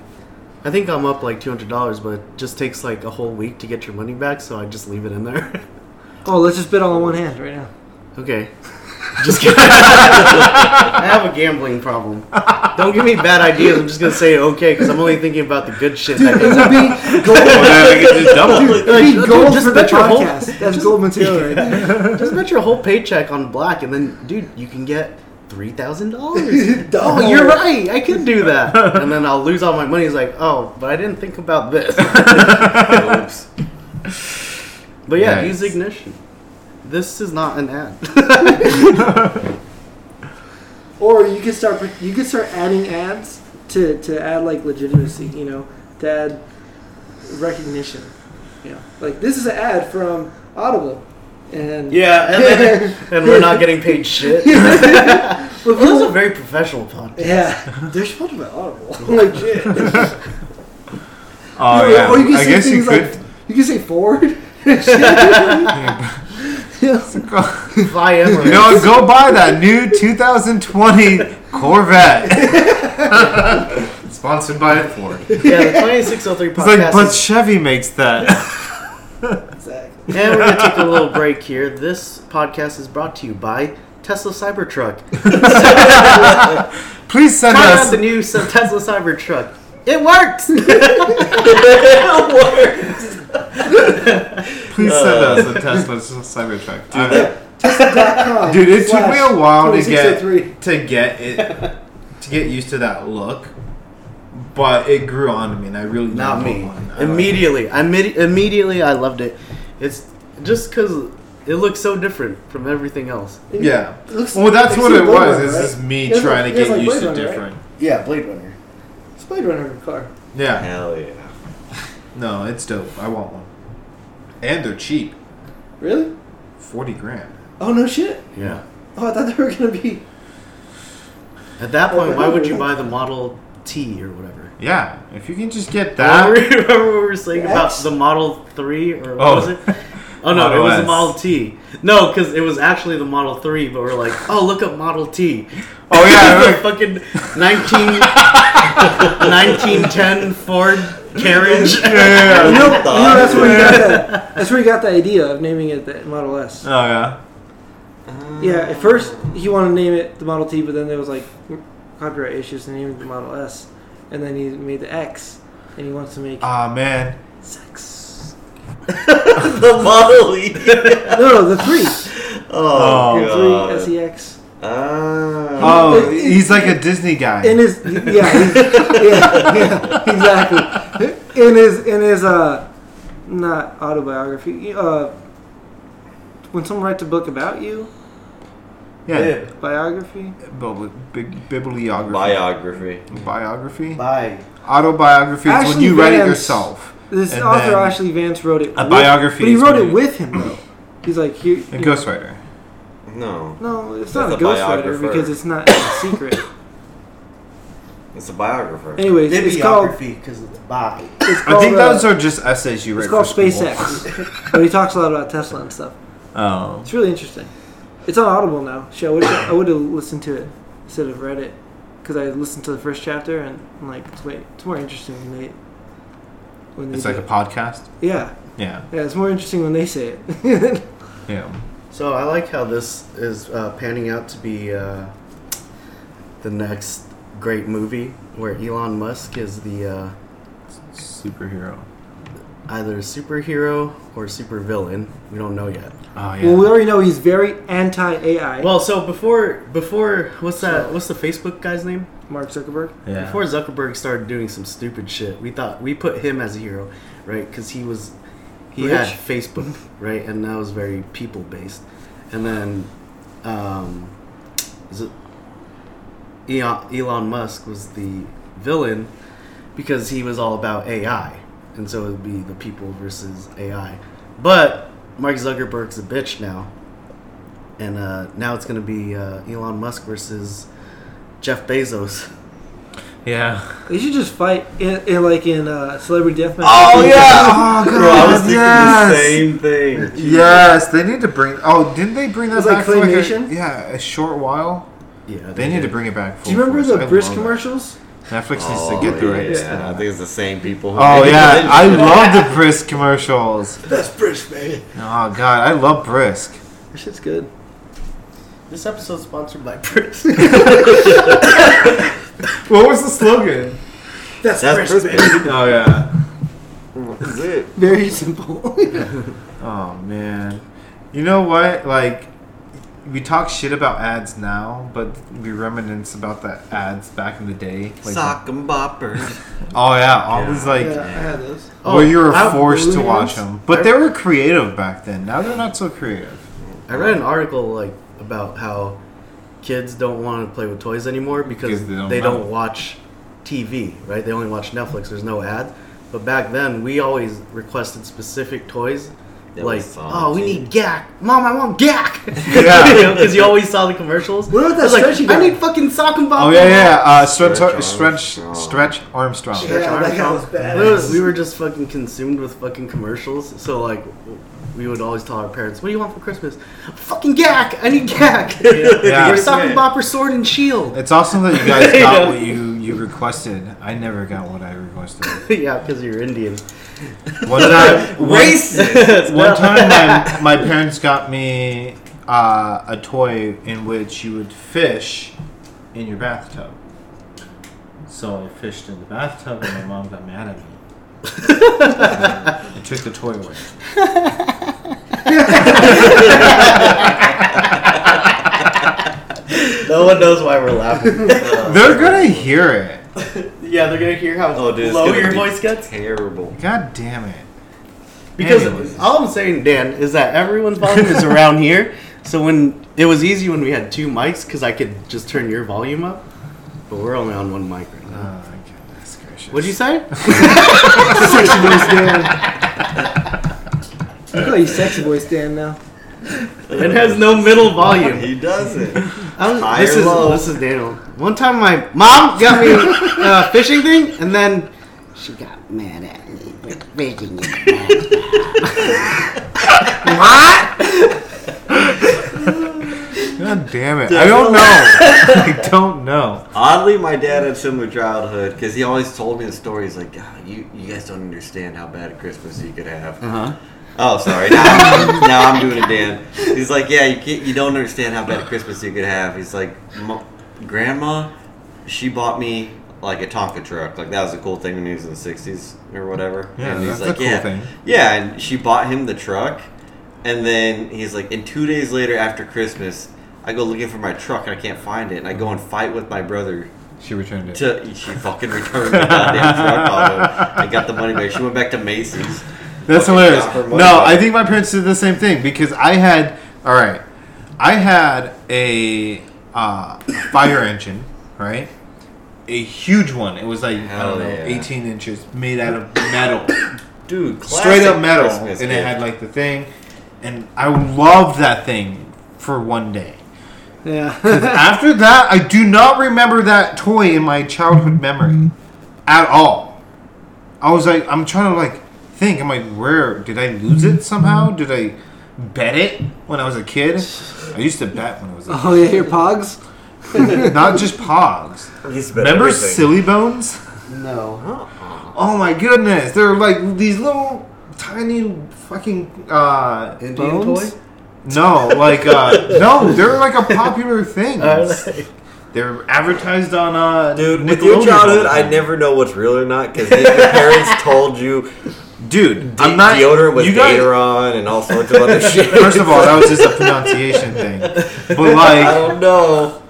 I think I'm up like two hundred dollars, but it just takes like a whole week to get your money back, so I just leave it in there. Oh, let's just bet all on one hand right now. Okay. Just kidding. I have a gambling problem. Don't give me bad ideas. I'm just gonna say okay because I'm only thinking about the good shit. That goes It'd be gold. Oh, yeah, I can just double it. It'd be Like, gold just for the bet your whole- podcast. That's gold material right there. Just bet your whole paycheck on black, and then, dude, you can get three thousand dollars. Oh, you're right. I could do that, and then I'll lose all my money. It's like, oh, but I didn't think about this. Oops. But yeah, Nice. use ignition. This is not an ad. Or you could start you could start adding ads to, to add like legitimacy, you know, to add recognition. You know, like this is an ad from Audible, and Yeah, and, then, and we're not getting paid shit. this But is a people- very professional podcast. yeah, they're sponsored by Audible. legit. Oh Or- yeah, or you could I say guess you things could. like you could say Ford. Fly Emirates. you know, what? go buy that new 2020 Corvette. Sponsored by Ford. It's yeah, the 2603 podcast. like, but is- Chevy makes that. Exactly. and we're going to take a little break here. This podcast is brought to you by Tesla Cybertruck. Please send Try out us the new Cy- Tesla Cybertruck. It works! Please send us a Tesla Cybertruck. Dude, Tesla.com dude it took slash me a while to 2603. get to get it to get used to that look, but it grew on me, and I really Not love me. one. I like Immediately. I mid- immediately I loved it. It's just because it looks so different from everything else. it. Yeah. It looks- Well, that's it's what a it Blade was. Runner, Is right? just me It's trying like- to it's get like Blade used to Runner, right? different. Yeah, Blade Runner. It's Blade Runner car. Yeah. Hell yeah. No, it's dope. I want one. And they're cheap. Really? Forty grand. Oh no shit! Yeah. Oh, I thought they were gonna be. At that point, why would you Yeah. buy the Model T or whatever? Yeah, if you can just get Remember, that. remember we were saying about X? the Model 3 or what Oh. was it? Oh no, Model it was the S. Model T. No, because it was actually the Model 3, but we're like, oh, look up Model T. Oh the yeah, fucking 19, 1910 Ford carriage. yeah, yeah, You yeah. know, you know What the that's where you got that. That's where you got the idea of naming it the Model S. Uh-huh. Oh yeah. Yeah, at first he wanted to name it the Model T, but then there was like copyright issues and named it the Model S, and then he made the X, and he wants to make Uh. Ah man. sex. the Model E. No, no, the three, Oh, the God. three S E X. Ah. Oh, he's like a Disney guy. In his yeah, he's- yeah, yeah, exactly. In his in his uh, not autobiography. Uh, when someone writes a book about you, yeah, biography. Bibli- big bibliography. Biography. Biography. Bye. Autobiography is when Ashley you write it Vance. yourself. This And author then Ashley Vance wrote it. a with- biography but he is wrote when it you- with him though. He's like here. A here- ghostwriter. No. No, it's That's not a a ghostwriter biographer. because it's not a secret. It's a biographer. Anyways, it's called. Bibliography, because it's bye. It's I called think uh, those are just essays you write. it's called for school. SpaceX, but he talks a lot about Tesla and stuff. Oh. It's really interesting. It's on Audible now. Shit, I wish I would have listened to it instead of read it because I listened to the first chapter and I'm like it's way it's more interesting when they when they It's do like a it. podcast. yeah Yeah. yeah it's more interesting when they say it. Yeah. So I like how this is uh, panning out to be uh, the next great movie where Elon Musk is the uh, Superhero. either superhero or supervillain. We don't know yet. Oh yeah. Well, we already know he's very anti AI. Well, so before before what's that? What's the Facebook guy's name? Mark Zuckerberg. yeah. Before Zuckerberg started doing some stupid shit, we thought we put him as a hero, right? Because he was he had Rich. Facebook, right, and that was very people based. And then, um, is it Elon, Elon Musk was the villain because he was all about AI, and so it would be the people versus AI. But Mark Zuckerberg's a bitch now, and uh, now it's gonna be uh, Elon Musk versus Jeff Bezos. yeah. They should just fight in, in like in uh, Celebrity Deathmatch. Oh yeah. Oh Bro, I was god. thinking the Yes. same thing. Yes, they need to bring. Oh, didn't they bring that It's like back for like claymation? a, yeah a short while? Yeah, They need did. to bring it back. Full Do you remember force. I the love Brisk that. commercials? Netflix needs Oh, to get the rights. to Yeah, I that. think it's the same people. who Oh made it. yeah, I love the Brisk commercials. That's British, man. Oh god, I love Brisk. That shit's good. This episode is sponsored by British. What was the slogan? That's perfect. Oh yeah. That's it. Very simple. Oh man. You know what? Like, we talk shit about ads now, but we reminisce about the ads back in the day. Like, Sock 'em boppers. Oh yeah, all these like. yeah, I had those. Where you were Oh, forced to Outblue watch Hands? them, but they were creative back then. Now they're not so creative. I read an article like about how kids don't want to play with toys anymore because Because they don't they know. don't watch TV, right? They only watch Netflix. There's no ads. But back then, we always requested specific toys. That like, was solid, oh, we too. need Gak. Mom, I want Gak. Yeah. Because you always saw the commercials. What about that I was like, stretchy guy? I need fucking sock and Oh bop. yeah, yeah. Uh, stretch, Stretch stretch, Armstrong. stretch Oh, Armstrong. that guy was bad. We were, we were just fucking consumed with fucking commercials. So like, we would always tell our parents, "What do you want for Christmas? Fucking Gak! I need Gak! Yeah. Your sock and bopper, sword and shield." It's awesome that you guys got Yeah. what you, you requested. I never got what I requested. yeah, because you're Indian. One time, one, Racist. one time my, my parents got me uh, a toy in which you would fish in your bathtub. So I fished in the bathtub, and my mom got mad at me. I took the toy away. no one knows why we're laughing. They're gonna hear it. yeah, they're gonna hear how Oh, dude, it's low gonna your be voice gets. Terrible. God damn it! Because Anyways. all I'm saying, Dan, is that everyone's volume is around here. So when it was easy when we had two mics, because I could just turn your volume up. But we're only on one mic right now. Oh my goodness gracious! What'd you say? sexy boy Stan. I call you sexy boy Stan now. It has no middle volume. He doesn't. I was- High this or is low? this is Daniel. One time, my mom got me a fishing thing, and then she got mad at me for fishing it. God damn it. I don't know. I don't know. Oddly, my dad had similar childhood because he always told me the stories like, God, you, you guys don't understand how bad a Christmas you could have. Uh-huh. Uh huh. Oh, sorry. Now I'm, now I'm doing it, Dan. He's like, yeah, you can't, you don't understand how bad a Christmas you could have. He's like, "Mo- Grandma, she bought me like a Tonka truck. Like that was a cool thing when he was in the '60s or whatever. Yeah, and he's that's a like, cool yeah, thing." yeah. And she bought him the truck, and then he's like, and two days later after Christmas, I go looking for my truck and I can't find it, and I go and fight with my brother She returned it. to she fucking returned the goddamn truck off him and got the money back. She went back to Macy's. That's Fucking hilarious. got her money No, back. I think my parents did the same thing because I had all right. I had a uh, fire engine, right? A huge one. It was like I Hell don't know, yeah. 18 inches, made out of metal, dude, classic straight up metal, Christmas and it gift. had like the thing, and I loved that thing for one day. Yeah. After that, I do not remember that toy in my childhood memory at all. I was like, I'm trying to like think. I'm like, where did I lose it somehow? Did I bet it when I was a kid? I used to bet when I was a oh yeah, your pogs. kid. not just Pogs. Remember Silly Bones? No. Oh my goodness, they're like these little tiny fucking uh Indian Bones? toy? no like uh no they're like a popular thing they're advertised on uh Dude, with Nickelodeon your childhood, all the I time. never know what's real or not because your parents told you Dude, de- I'm not. deodorant was you guys- Gatorade and all sorts of other shit. First of all, that was just a pronunciation thing. But I like, don't know.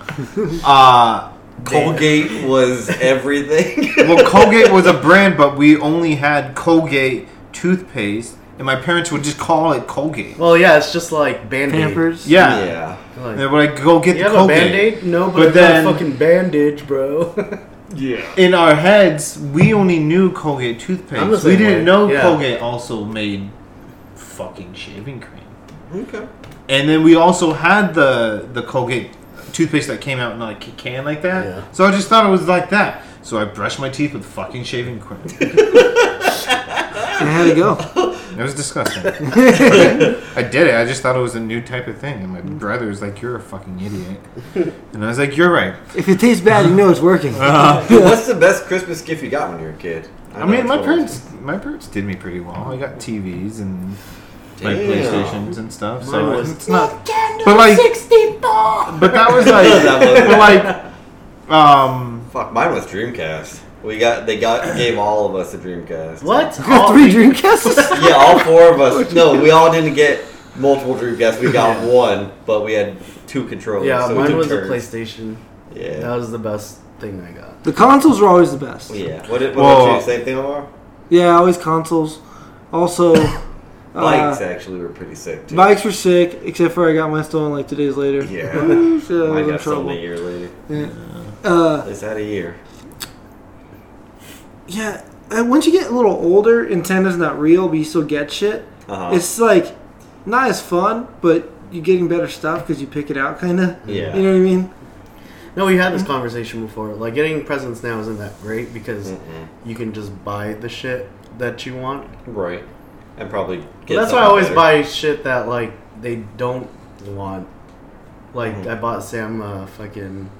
uh, Colgate was everything. well, Colgate was a brand, but we only had Colgate toothpaste, and my parents would just call it Colgate. Well, yeah, it's just like band aid. Pampers. Yeah. yeah. And they would like go get you the have a Colgate. band aid? No, but, But I've got then- a fucking bandage, bro. Yeah. In our heads, we only knew Colgate I'm the toothpaste. same We didn't way. know Yeah. Colgate also made fucking shaving cream. Okay. And then we also had the the Colgate toothpaste that came out in like a can like that. Yeah. So I just thought it was like that. So I brushed my teeth with fucking shaving cream. And how'd it go? It was disgusting. I did it. I just thought it was a new type of thing. And my brother was like, "You're a fucking idiot," and I was like, "You're right." If it tastes bad, you know it's working. What's the best Christmas gift you got when you were a kid? I know mean, it's my old. parents, my parents did me pretty well. I got TVs and like Damn. PlayStations and stuff. So Mine was- it's not, but like, but that was like, That was- but like, um, Fuck, mine was Dreamcast. We got they got gave all of us a Dreamcast. what? You got three Dreamcasts. Yeah, all four of us. No, we all didn't get multiple Dreamcasts. We got one, but we had two controllers. Yeah, so we mine took was a turns. PlayStation. That Yeah. was the best thing I got. The consoles were always the best. Yeah. What, did- what about Well- you? Same thing, Omar? Yeah, always consoles. Also, Bikes uh, actually were pretty sick too. bikes were sick, except for I got mine stolen like two days later. Yeah. uh, So I Mine was in got sold a trouble. year later. Yeah. Uh, Is that a year? yeah. uh, Once you get a little older, Nintendo's not real, but you still get shit. Uh huh. It's like not as fun, but you're getting better stuff because you pick it out, kind of. Yeah. You know what I mean? No, we had this conversation before. Like, getting presents now isn't that great because Mhm. you can just buy the shit that you want. Right. And probably. Get But that's why I always something better. buy shit that, like, they don't want. Like, Mhm. I bought Sam uh, fucking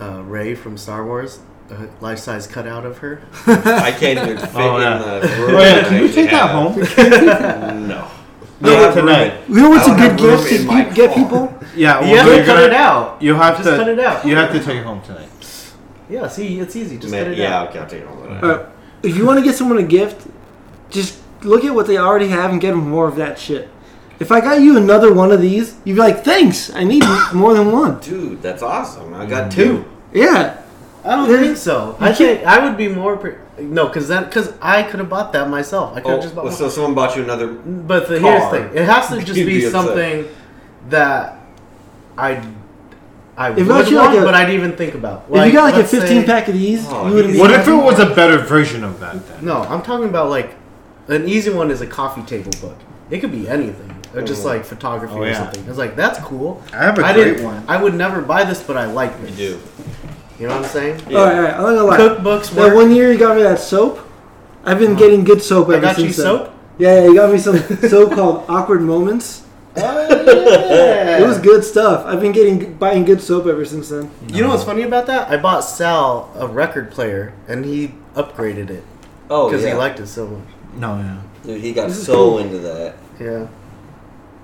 uh, Ray from Star Wars, a life size cutout of her. I can't even fit Oh, yeah. in the room. oh yeah, that can I you take that have. home? No. No, I have tonight. room. You know what's I a don't good have room gift in to my keep, get car. people? Yeah, you have you're to cut gonna- it out. You have Just to cut it out. You have to take it home tonight. Yeah, see, it's easy. Just Man, cut it yeah, out. okay, I'll take it home. All right. If you want to get someone a gift, just look at what they already have and get them more of that shit. If I got you another one of these, you'd be like, "Thanks, I need more than one." Dude, that's awesome. I got Mm. two. Yeah, I don't There's- think so. you I think I would be more. Pre- no, because that because I could have bought that myself. I could have Oh, just bought. well, one. so someone bought you another. but the, car. here's the thing: it has to just You'd be be upset. something that I I If would I want, got you, like, a- but I'd even think about. if you got like a let's 15 say- pack of these, Oh, you wouldn't be. What if it happy? was a better version of that then? No, I'm talking about like an easy one is a coffee table book. It could be anything, or just Oh. like photography Oh, or yeah. something. It's like that's cool. I have a I great didn't. one. I would never buy this, but I like You this. do. You know what I'm saying? Yeah. All right, all right. I'm not gonna lie. Cookbooks. That Work. one year you got me that soap. I've been getting good soap ever I got you since then. soap. Yeah, yeah, you got me some soap called Awkward Moments. It was good stuff. I've been getting buying good soap ever since then. You know what's funny about that? I bought Sal a record player, and he upgraded it Oh, because yeah. he liked it so much. No, yeah. Dude, he got This is so cool. into that. Yeah.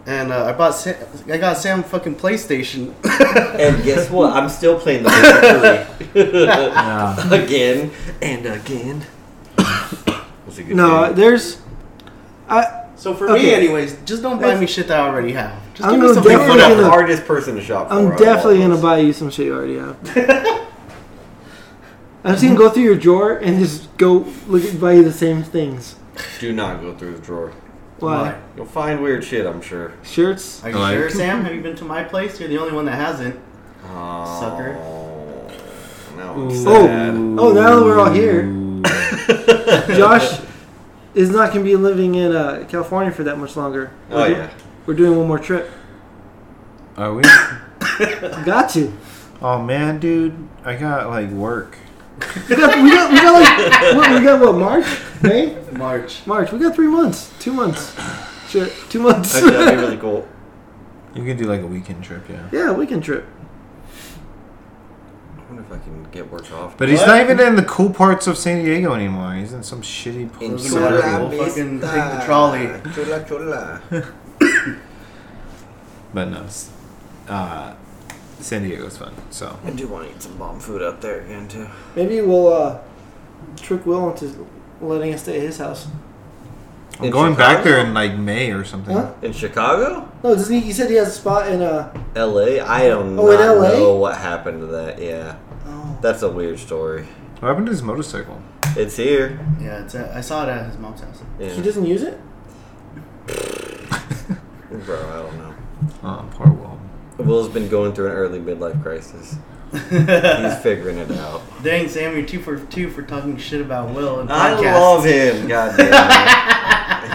And uh, I bought Sam, I got Sam fucking PlayStation. And guess what? I'm still playing the Witcher yeah. 3. again and again. That's a good No, game. there's. I So for me, Okay. anyways, just don't buy That's- me shit that I already have. Just I'm give me gonna something You're definitely fun. gonna- the hardest person to shop for. out I'm of definitely all of gonna us. buy you some shit you already have. I'm just gonna go through your drawer and just go look at, buy you the same things. Do not go through the drawer. Why? You'll find weird shit, I'm sure. Shirts? Are you Like- sure, Sam? Have you been to my place? You're the only one that hasn't. Oh, Sucker. Now I'm Ooh. Oh, sad. Oh, now that we're all here. Josh is not gonna be living in uh, California for that much longer. Oh, We're do- yeah. We're doing one more trip. Are we? Got to. Oh man, dude, I got like work. We got, we got, we got like, what, we got what, March? May? March. March. We got three months. Two months. Shit, two months. Actually, that'd be really cool. You could do like a weekend trip, yeah. yeah, weekend trip. I wonder if I can get work off. But he's not even in the cool parts of San Diego anymore. He's in some shitty In Ah, place. Doesn't matter. We'll fucking take the trolley. Chola, chola. But no, s- uh, San Diego's fun. So I do want to eat some bomb food out there again, too. Maybe we'll uh, trick Will into letting us stay at his house. I'm In going Chicago? back there in like May or something. Huh? In Chicago? No, doesn't he, he said he has a spot in uh. LA? I don't Oh, in not LA? know what happened to that. Yeah. Oh. That's a weird story. What happened to his motorcycle? It's here. Yeah, it's at, I saw it at his mom's house. Yeah. He doesn't use it. Bro, I don't know. Oh, poor Will. Will's been going through an early midlife crisis. He's figuring it out. Dang, Sam, you're two for two for talking shit about Will and I podcasts. love him. God damn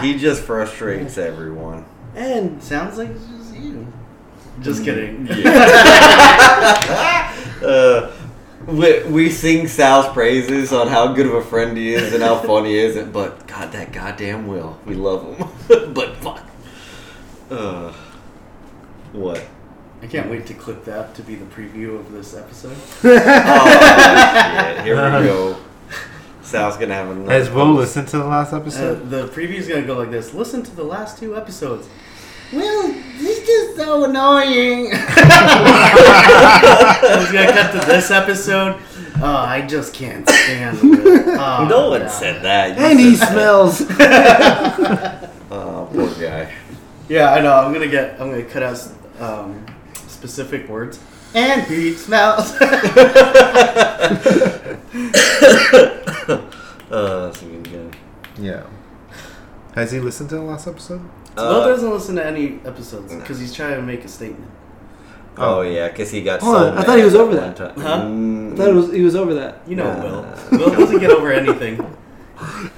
it. He just frustrates everyone. And Sounds like it's just you. Just kidding. Uh, we, we sing Sal's praises on how good of a friend he is and how funny he is, but God, that goddamn Will. We love him. but fuck. Uh, what? I can't wait to clip that to be the preview of this episode. Oh, shit. Here we go. Sal's gonna have another. Has Will listened to the last episode? the preview is gonna go like this. Listen to the last two episodes. Well, this is so annoying. I was gonna cut to this episode. Oh, I just can't stand. It. Oh, no one God. said that. You and he said that. smells. Oh, poor guy. Yeah, I know. I'm gonna get. I'm gonna cut out um, specific words. And Pete smells. Uh, that's a good guy. yeah. Has he listened to the last episode? Will Uh, doesn't listen to any episodes because he's trying to make a statement. oh yeah, because he got. Hold so on, I mad thought he was at over one that. time. Huh? I Mm. thought it was he was over that. You know Uh. Will. Will doesn't get over anything.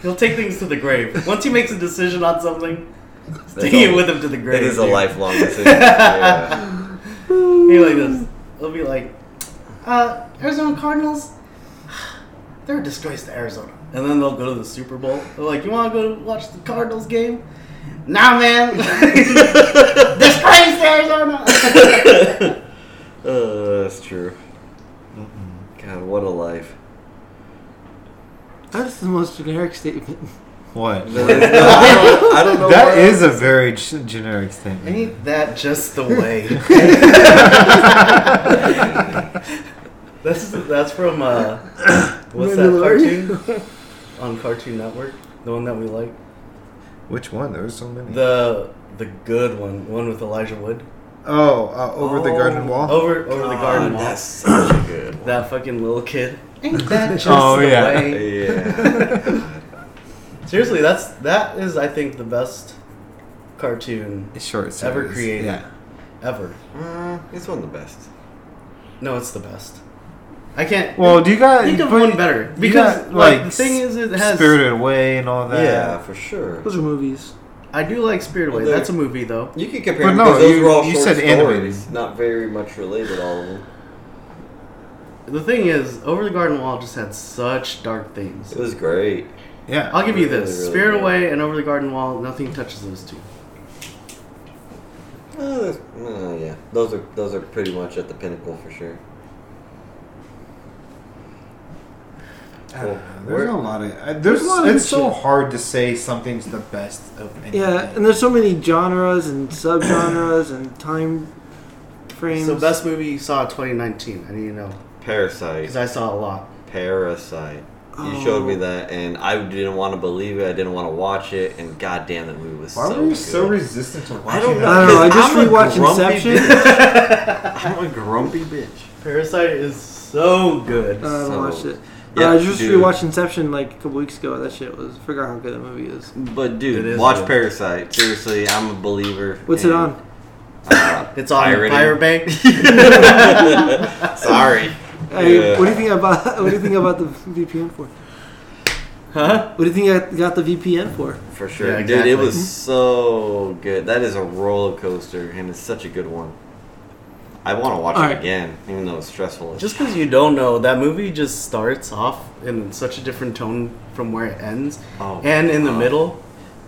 He'll take things to the grave. Once he makes a decision on something, That's take it all- with him to the grave. It is a dude. lifelong decision. yeah. He like this. He'll be like, uh, Arizona Cardinals, they're a disgrace to Arizona. And then they'll go to the Super Bowl. They're like, you want to go watch the Cardinals game? Nah, man. disgrace to Arizona. Uh, that's true. God, what a life. That's the most generic statement. What? No, there's no- I don't- I don't know. That where- is a very g- generic statement. Ain't that just the way? that's that's from uh, what's that Mandalorian. cartoon on Cartoon Network? The one that we like. Which one? There were so many. The the good one, the one with Elijah Wood. oh, uh, over the garden wall. Oh. Over over the garden God, wall. That's such a good. one. That fucking little kid. Ain't that just Oh, the yeah. way? Yeah. Seriously, that's that is I think the best cartoon Short ever series. created. Yeah. ever. Mm, it's one of the best. No, it's the best. I can't. Well, do you got think of but one better you because got, like, the thing is, it has. Spirited Away and all that. yeah, for sure. Those are movies. I do like Spirit Away. Well, That's a movie though. You could compare But them no, because those you- were all you short said stories, animated. not very much related. All of them. The thing is, Over the Garden Wall just had such dark things. It was great. Yeah. I'll give you this: Really, really Spirit good. Away and Over the Garden Wall. Nothing touches those two. Oh, that's- oh, yeah, those are those are pretty much at the pinnacle for sure. I don't know. Uh, Where- There's a lot of uh, there's a lot of it's so hard to say something's the best of anything. Yeah, and there's so many genres and subgenres and time frames. So best movie you saw 2019. I need to know Parasite. because I saw a lot. Parasite. You showed me that, and I didn't want to believe it. I didn't want to watch it, and goddamn, that movie was why so were you good. so resistant to watching? I don't know. I don't know. I 'cause just I'm a rewatched grumpy Inception. bitch. I'm a grumpy bitch. Parasite is so good. Uh, I haven't So- watched it. Yeah, uh, I just dude. rewatched Inception like a couple weeks ago. That shit was forgot how good that movie is. But It dude, is watch good. Parasite. Seriously, I'm a believer. What's it and, on? uh, it's on pirating. Pirate Bay. Sorry. Hey, Yeah. what do you think about what do you think about the VPN for? huh? What do you think I got the VPN for? For sure, Yeah, dude. exactly. It was so good. That is a roller coaster, and it's such a good one. I want to watch it Alright. again, even though it's stressful. as Just because you don't know, that movie just starts off in such a different tone from where it ends, Oh, and in the wow. middle,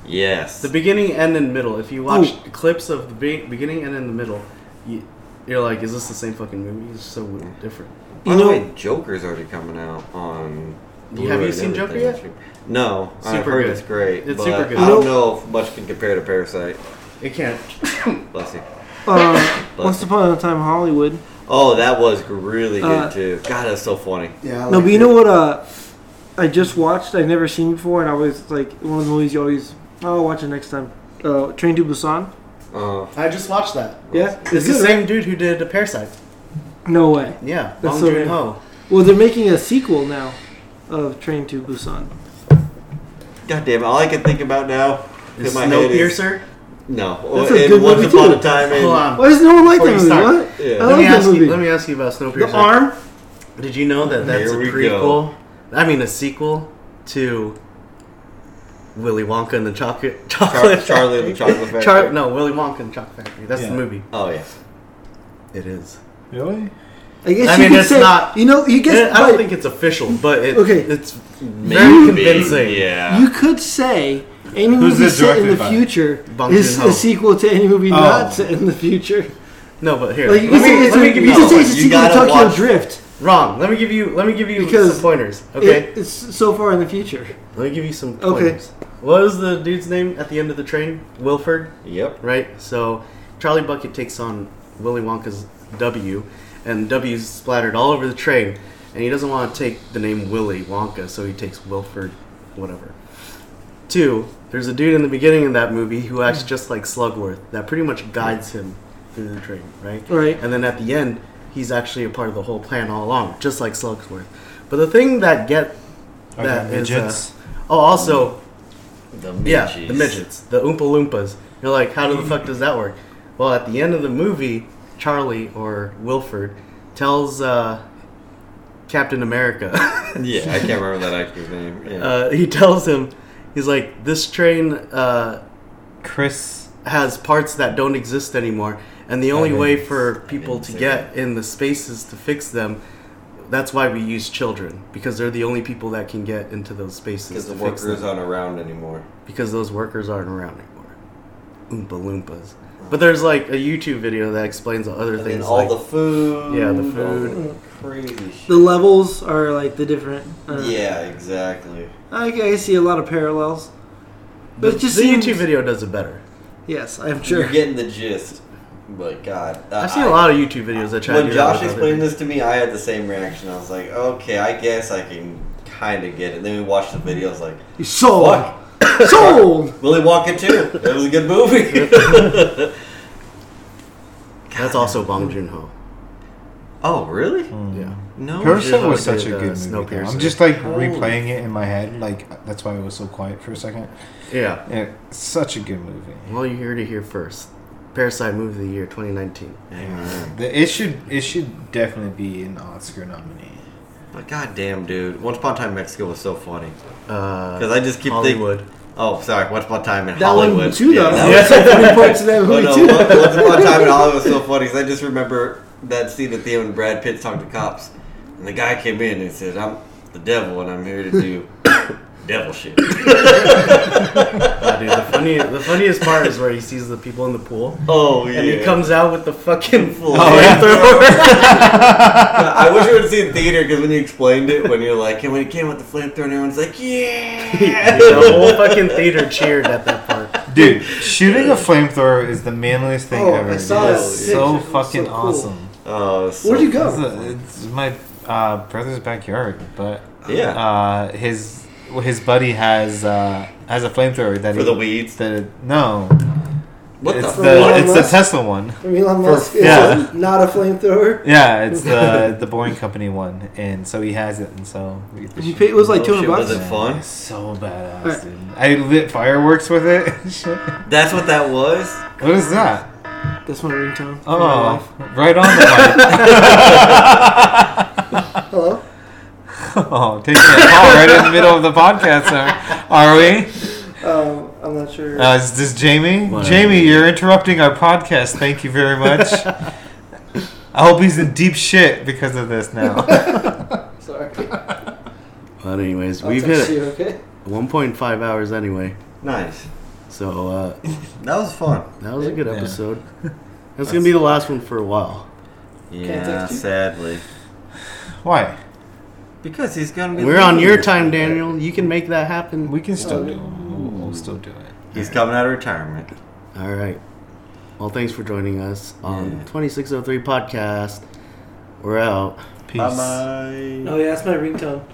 Yes. the beginning, end, and middle. If you watch clips of the be- beginning and in the middle, you, you're like, "Is this the same fucking movie? It's so different." By You the know- way, Joker's already coming out on. You- have Blu-ray you and seen Joker everything, yet? actually. No, I've Super heard good. it's great. It's but super good. I don't You know if much can compare to Parasite. It can't. Bless you. Uh, Bless Once you. upon a time in Hollywood. Oh, that was really good Uh, too. God, that's so funny. Yeah. No, but you know what? Uh, I just watched. I've never seen before, and I was like one of the movies you always. Oh, I'll watch it next time. Uh, Train to Busan. Uh, I just watched that. Yeah, It's, the good, same dude who did Parasite. right? No way. Yeah, That's Bong so Joon good. Ho. Well, they're making a sequel now of Train to Busan. God damn it! All I can think about now in my head is Snowpiercer. no. That's and a good Once movie, upon too. a time in Hold on. Why does no one like Before that you movie? start. What? Yeah. I Let Let love me that ask movie. you. Let me ask you about Snowpiercer. the arm. Did you know that that's Here a we prequel? go. I mean, a sequel to Willy Wonka and the Chocolate Char- Chocolate Charlie and the Chocolate Factory. Char- no, Willy Wonka and the Chocolate Factory. That's Yeah. the movie. Oh yeah. It is. Really? I guess I you mean, could it's say, not- You know, you guess. I don't but think it's official, but it, Okay. it's very Maybe, convincing. Yeah. You could say any Who's movie this set in directed the by? future Bong is Joon-ho. a sequel to any movie Oh. not set in the future. No, but here, Like you could let, me, say it's let a, me give you, you could say it's a You sequel to gotta Tokyo watch- Drift. wrong. Let me give you. Let me give you Because some pointers. Okay. It, it's so far in the future. Let me give you some Okay. pointers. What was the dude's name at the end of the train? Wilford, Yep. right? So Charlie Bucket takes on Willy Wonka's W, and W's splattered all over the train, and he doesn't want to take the name Willy Wonka, so he takes Wilford, whatever. Two, there's a dude in the beginning of that movie who acts just like Slugworth that pretty much guides him through the train, right? Right. And then at the end, he's actually a part of the whole plan all along, just like Slugworth. But the thing that get Are that they is, midgets? uh, oh, also The yeah, the midgets, the Oompa Loompas. You're like, how Mm. the fuck does that work? Well, at the end of the movie, Charlie or Wilford tells uh, Captain America. Yeah, I can't remember that actor's name. Yeah. uh, he tells him, he's like, this train uh, Chris. has parts that don't exist anymore, and the only I way didn't- for I people didn't to say get in the spaces to fix them. That's why we use children because they're the only people that can get into those spaces because the to fix them. workers aren't around anymore. because those workers aren't around anymore. Oompa Loompas. But there's like a YouTube video that explains the other And then things. all like, the food. Yeah, the all food. the Crazy shit. The levels are like the different. Uh, Yeah, exactly. I, I see a lot of parallels. But the, it just the seems, YouTube video does it better. Yes, I'm sure. You're getting the gist. But God, I- I've seen a I- lot of YouTube videos that try to When do that Josh with other explained things. this to me, I had the same reaction. I was like, okay, I guess I can kind of get it. Then we watched the video. I was like, You Oh. sold. fuck, Sold. Willy Wonka too. That was a good movie. that's also Bong Joon Ho. oh, really? Yeah, No. Parasite Here's hmm. was how I such a did, uh, good movie. though. Snowpiercer. I'm just like Oh. replaying it in my head. Like that's why it was so quiet for a second. yeah. Yeah, such a good movie. Well, you heard it here first. Parasite Movie of the Year 2019. Amen. The, it should it should definitely be an Oscar nominee. But goddamn, dude, Once Upon a Time in Mexico was so funny. Uh, Because I just keep thinking. Hollywood. Oh, sorry, Once Upon a Time in That Hollywood. one too, though. Yeah, that That's so many parts of that But, movie uh, too. Once Once Upon a Time in Hollywood was so funny 'cause I just remember that scene at the end when Brad Pitt's talking to cops, and the guy came in and said, "I'm the devil, and I'm here to do devil shit." Nah, dude, the, funny, the funniest part is where he sees the people in the pool. Oh yeah. And he comes out with the fucking flamethrower. I wish we would see in theater because when you explained it, when you're like, and when it came with the flamethrower, and everyone's like, Yeah, "Yeah." the whole fucking theater cheered at that part. Dude, shooting a flamethrower is the manliest thing Oh, ever. I saw It's that so picture. It was fucking so cool. awesome. Oh, so Where'd you go? It's, a- it's my uh, brother's backyard, but Yeah. uh, his his buddy has uh, has a flamethrower that For he, the weeds? That, no, What it's the? the, fuck? it's the Tesla one. From Elon Musk. It's yeah. a- not a flamethrower. Yeah, it's the the Boeing company one, and so he has it, and so we get to You shoot pay, it was like Oh, two hundred shit, was bucks. it fun? It's so badass, Alright. dude. I lit fireworks with it. Shit. That's what that was. what is that? That's my ringtone. for my Oh, wife. right on the Hello. mic. oh, taking a call right in the middle of the podcast, sir. Are we? Um, I'm not sure. Uh, is this Jamie? Whatever. Jamie, you're interrupting our podcast. Thank you very much. I hope he's in deep shit because of this now. Sorry. But anyways, I'll we've text hit you, okay? 1.5 hours anyway. Nice. So uh, That was fun. that was a good Yeah. episode. That's gonna be the last one for a while. Yeah, text you. sadly. Why? Because he's gonna be. We're on leaving. your time, Daniel. You can make that happen. We can still do it. We'll still do it. He's coming out of retirement. All right. Well, thanks for joining us on Yeah. 2603 podcast. We're out. Peace. Bye bye. Oh yeah, that's my ringtone.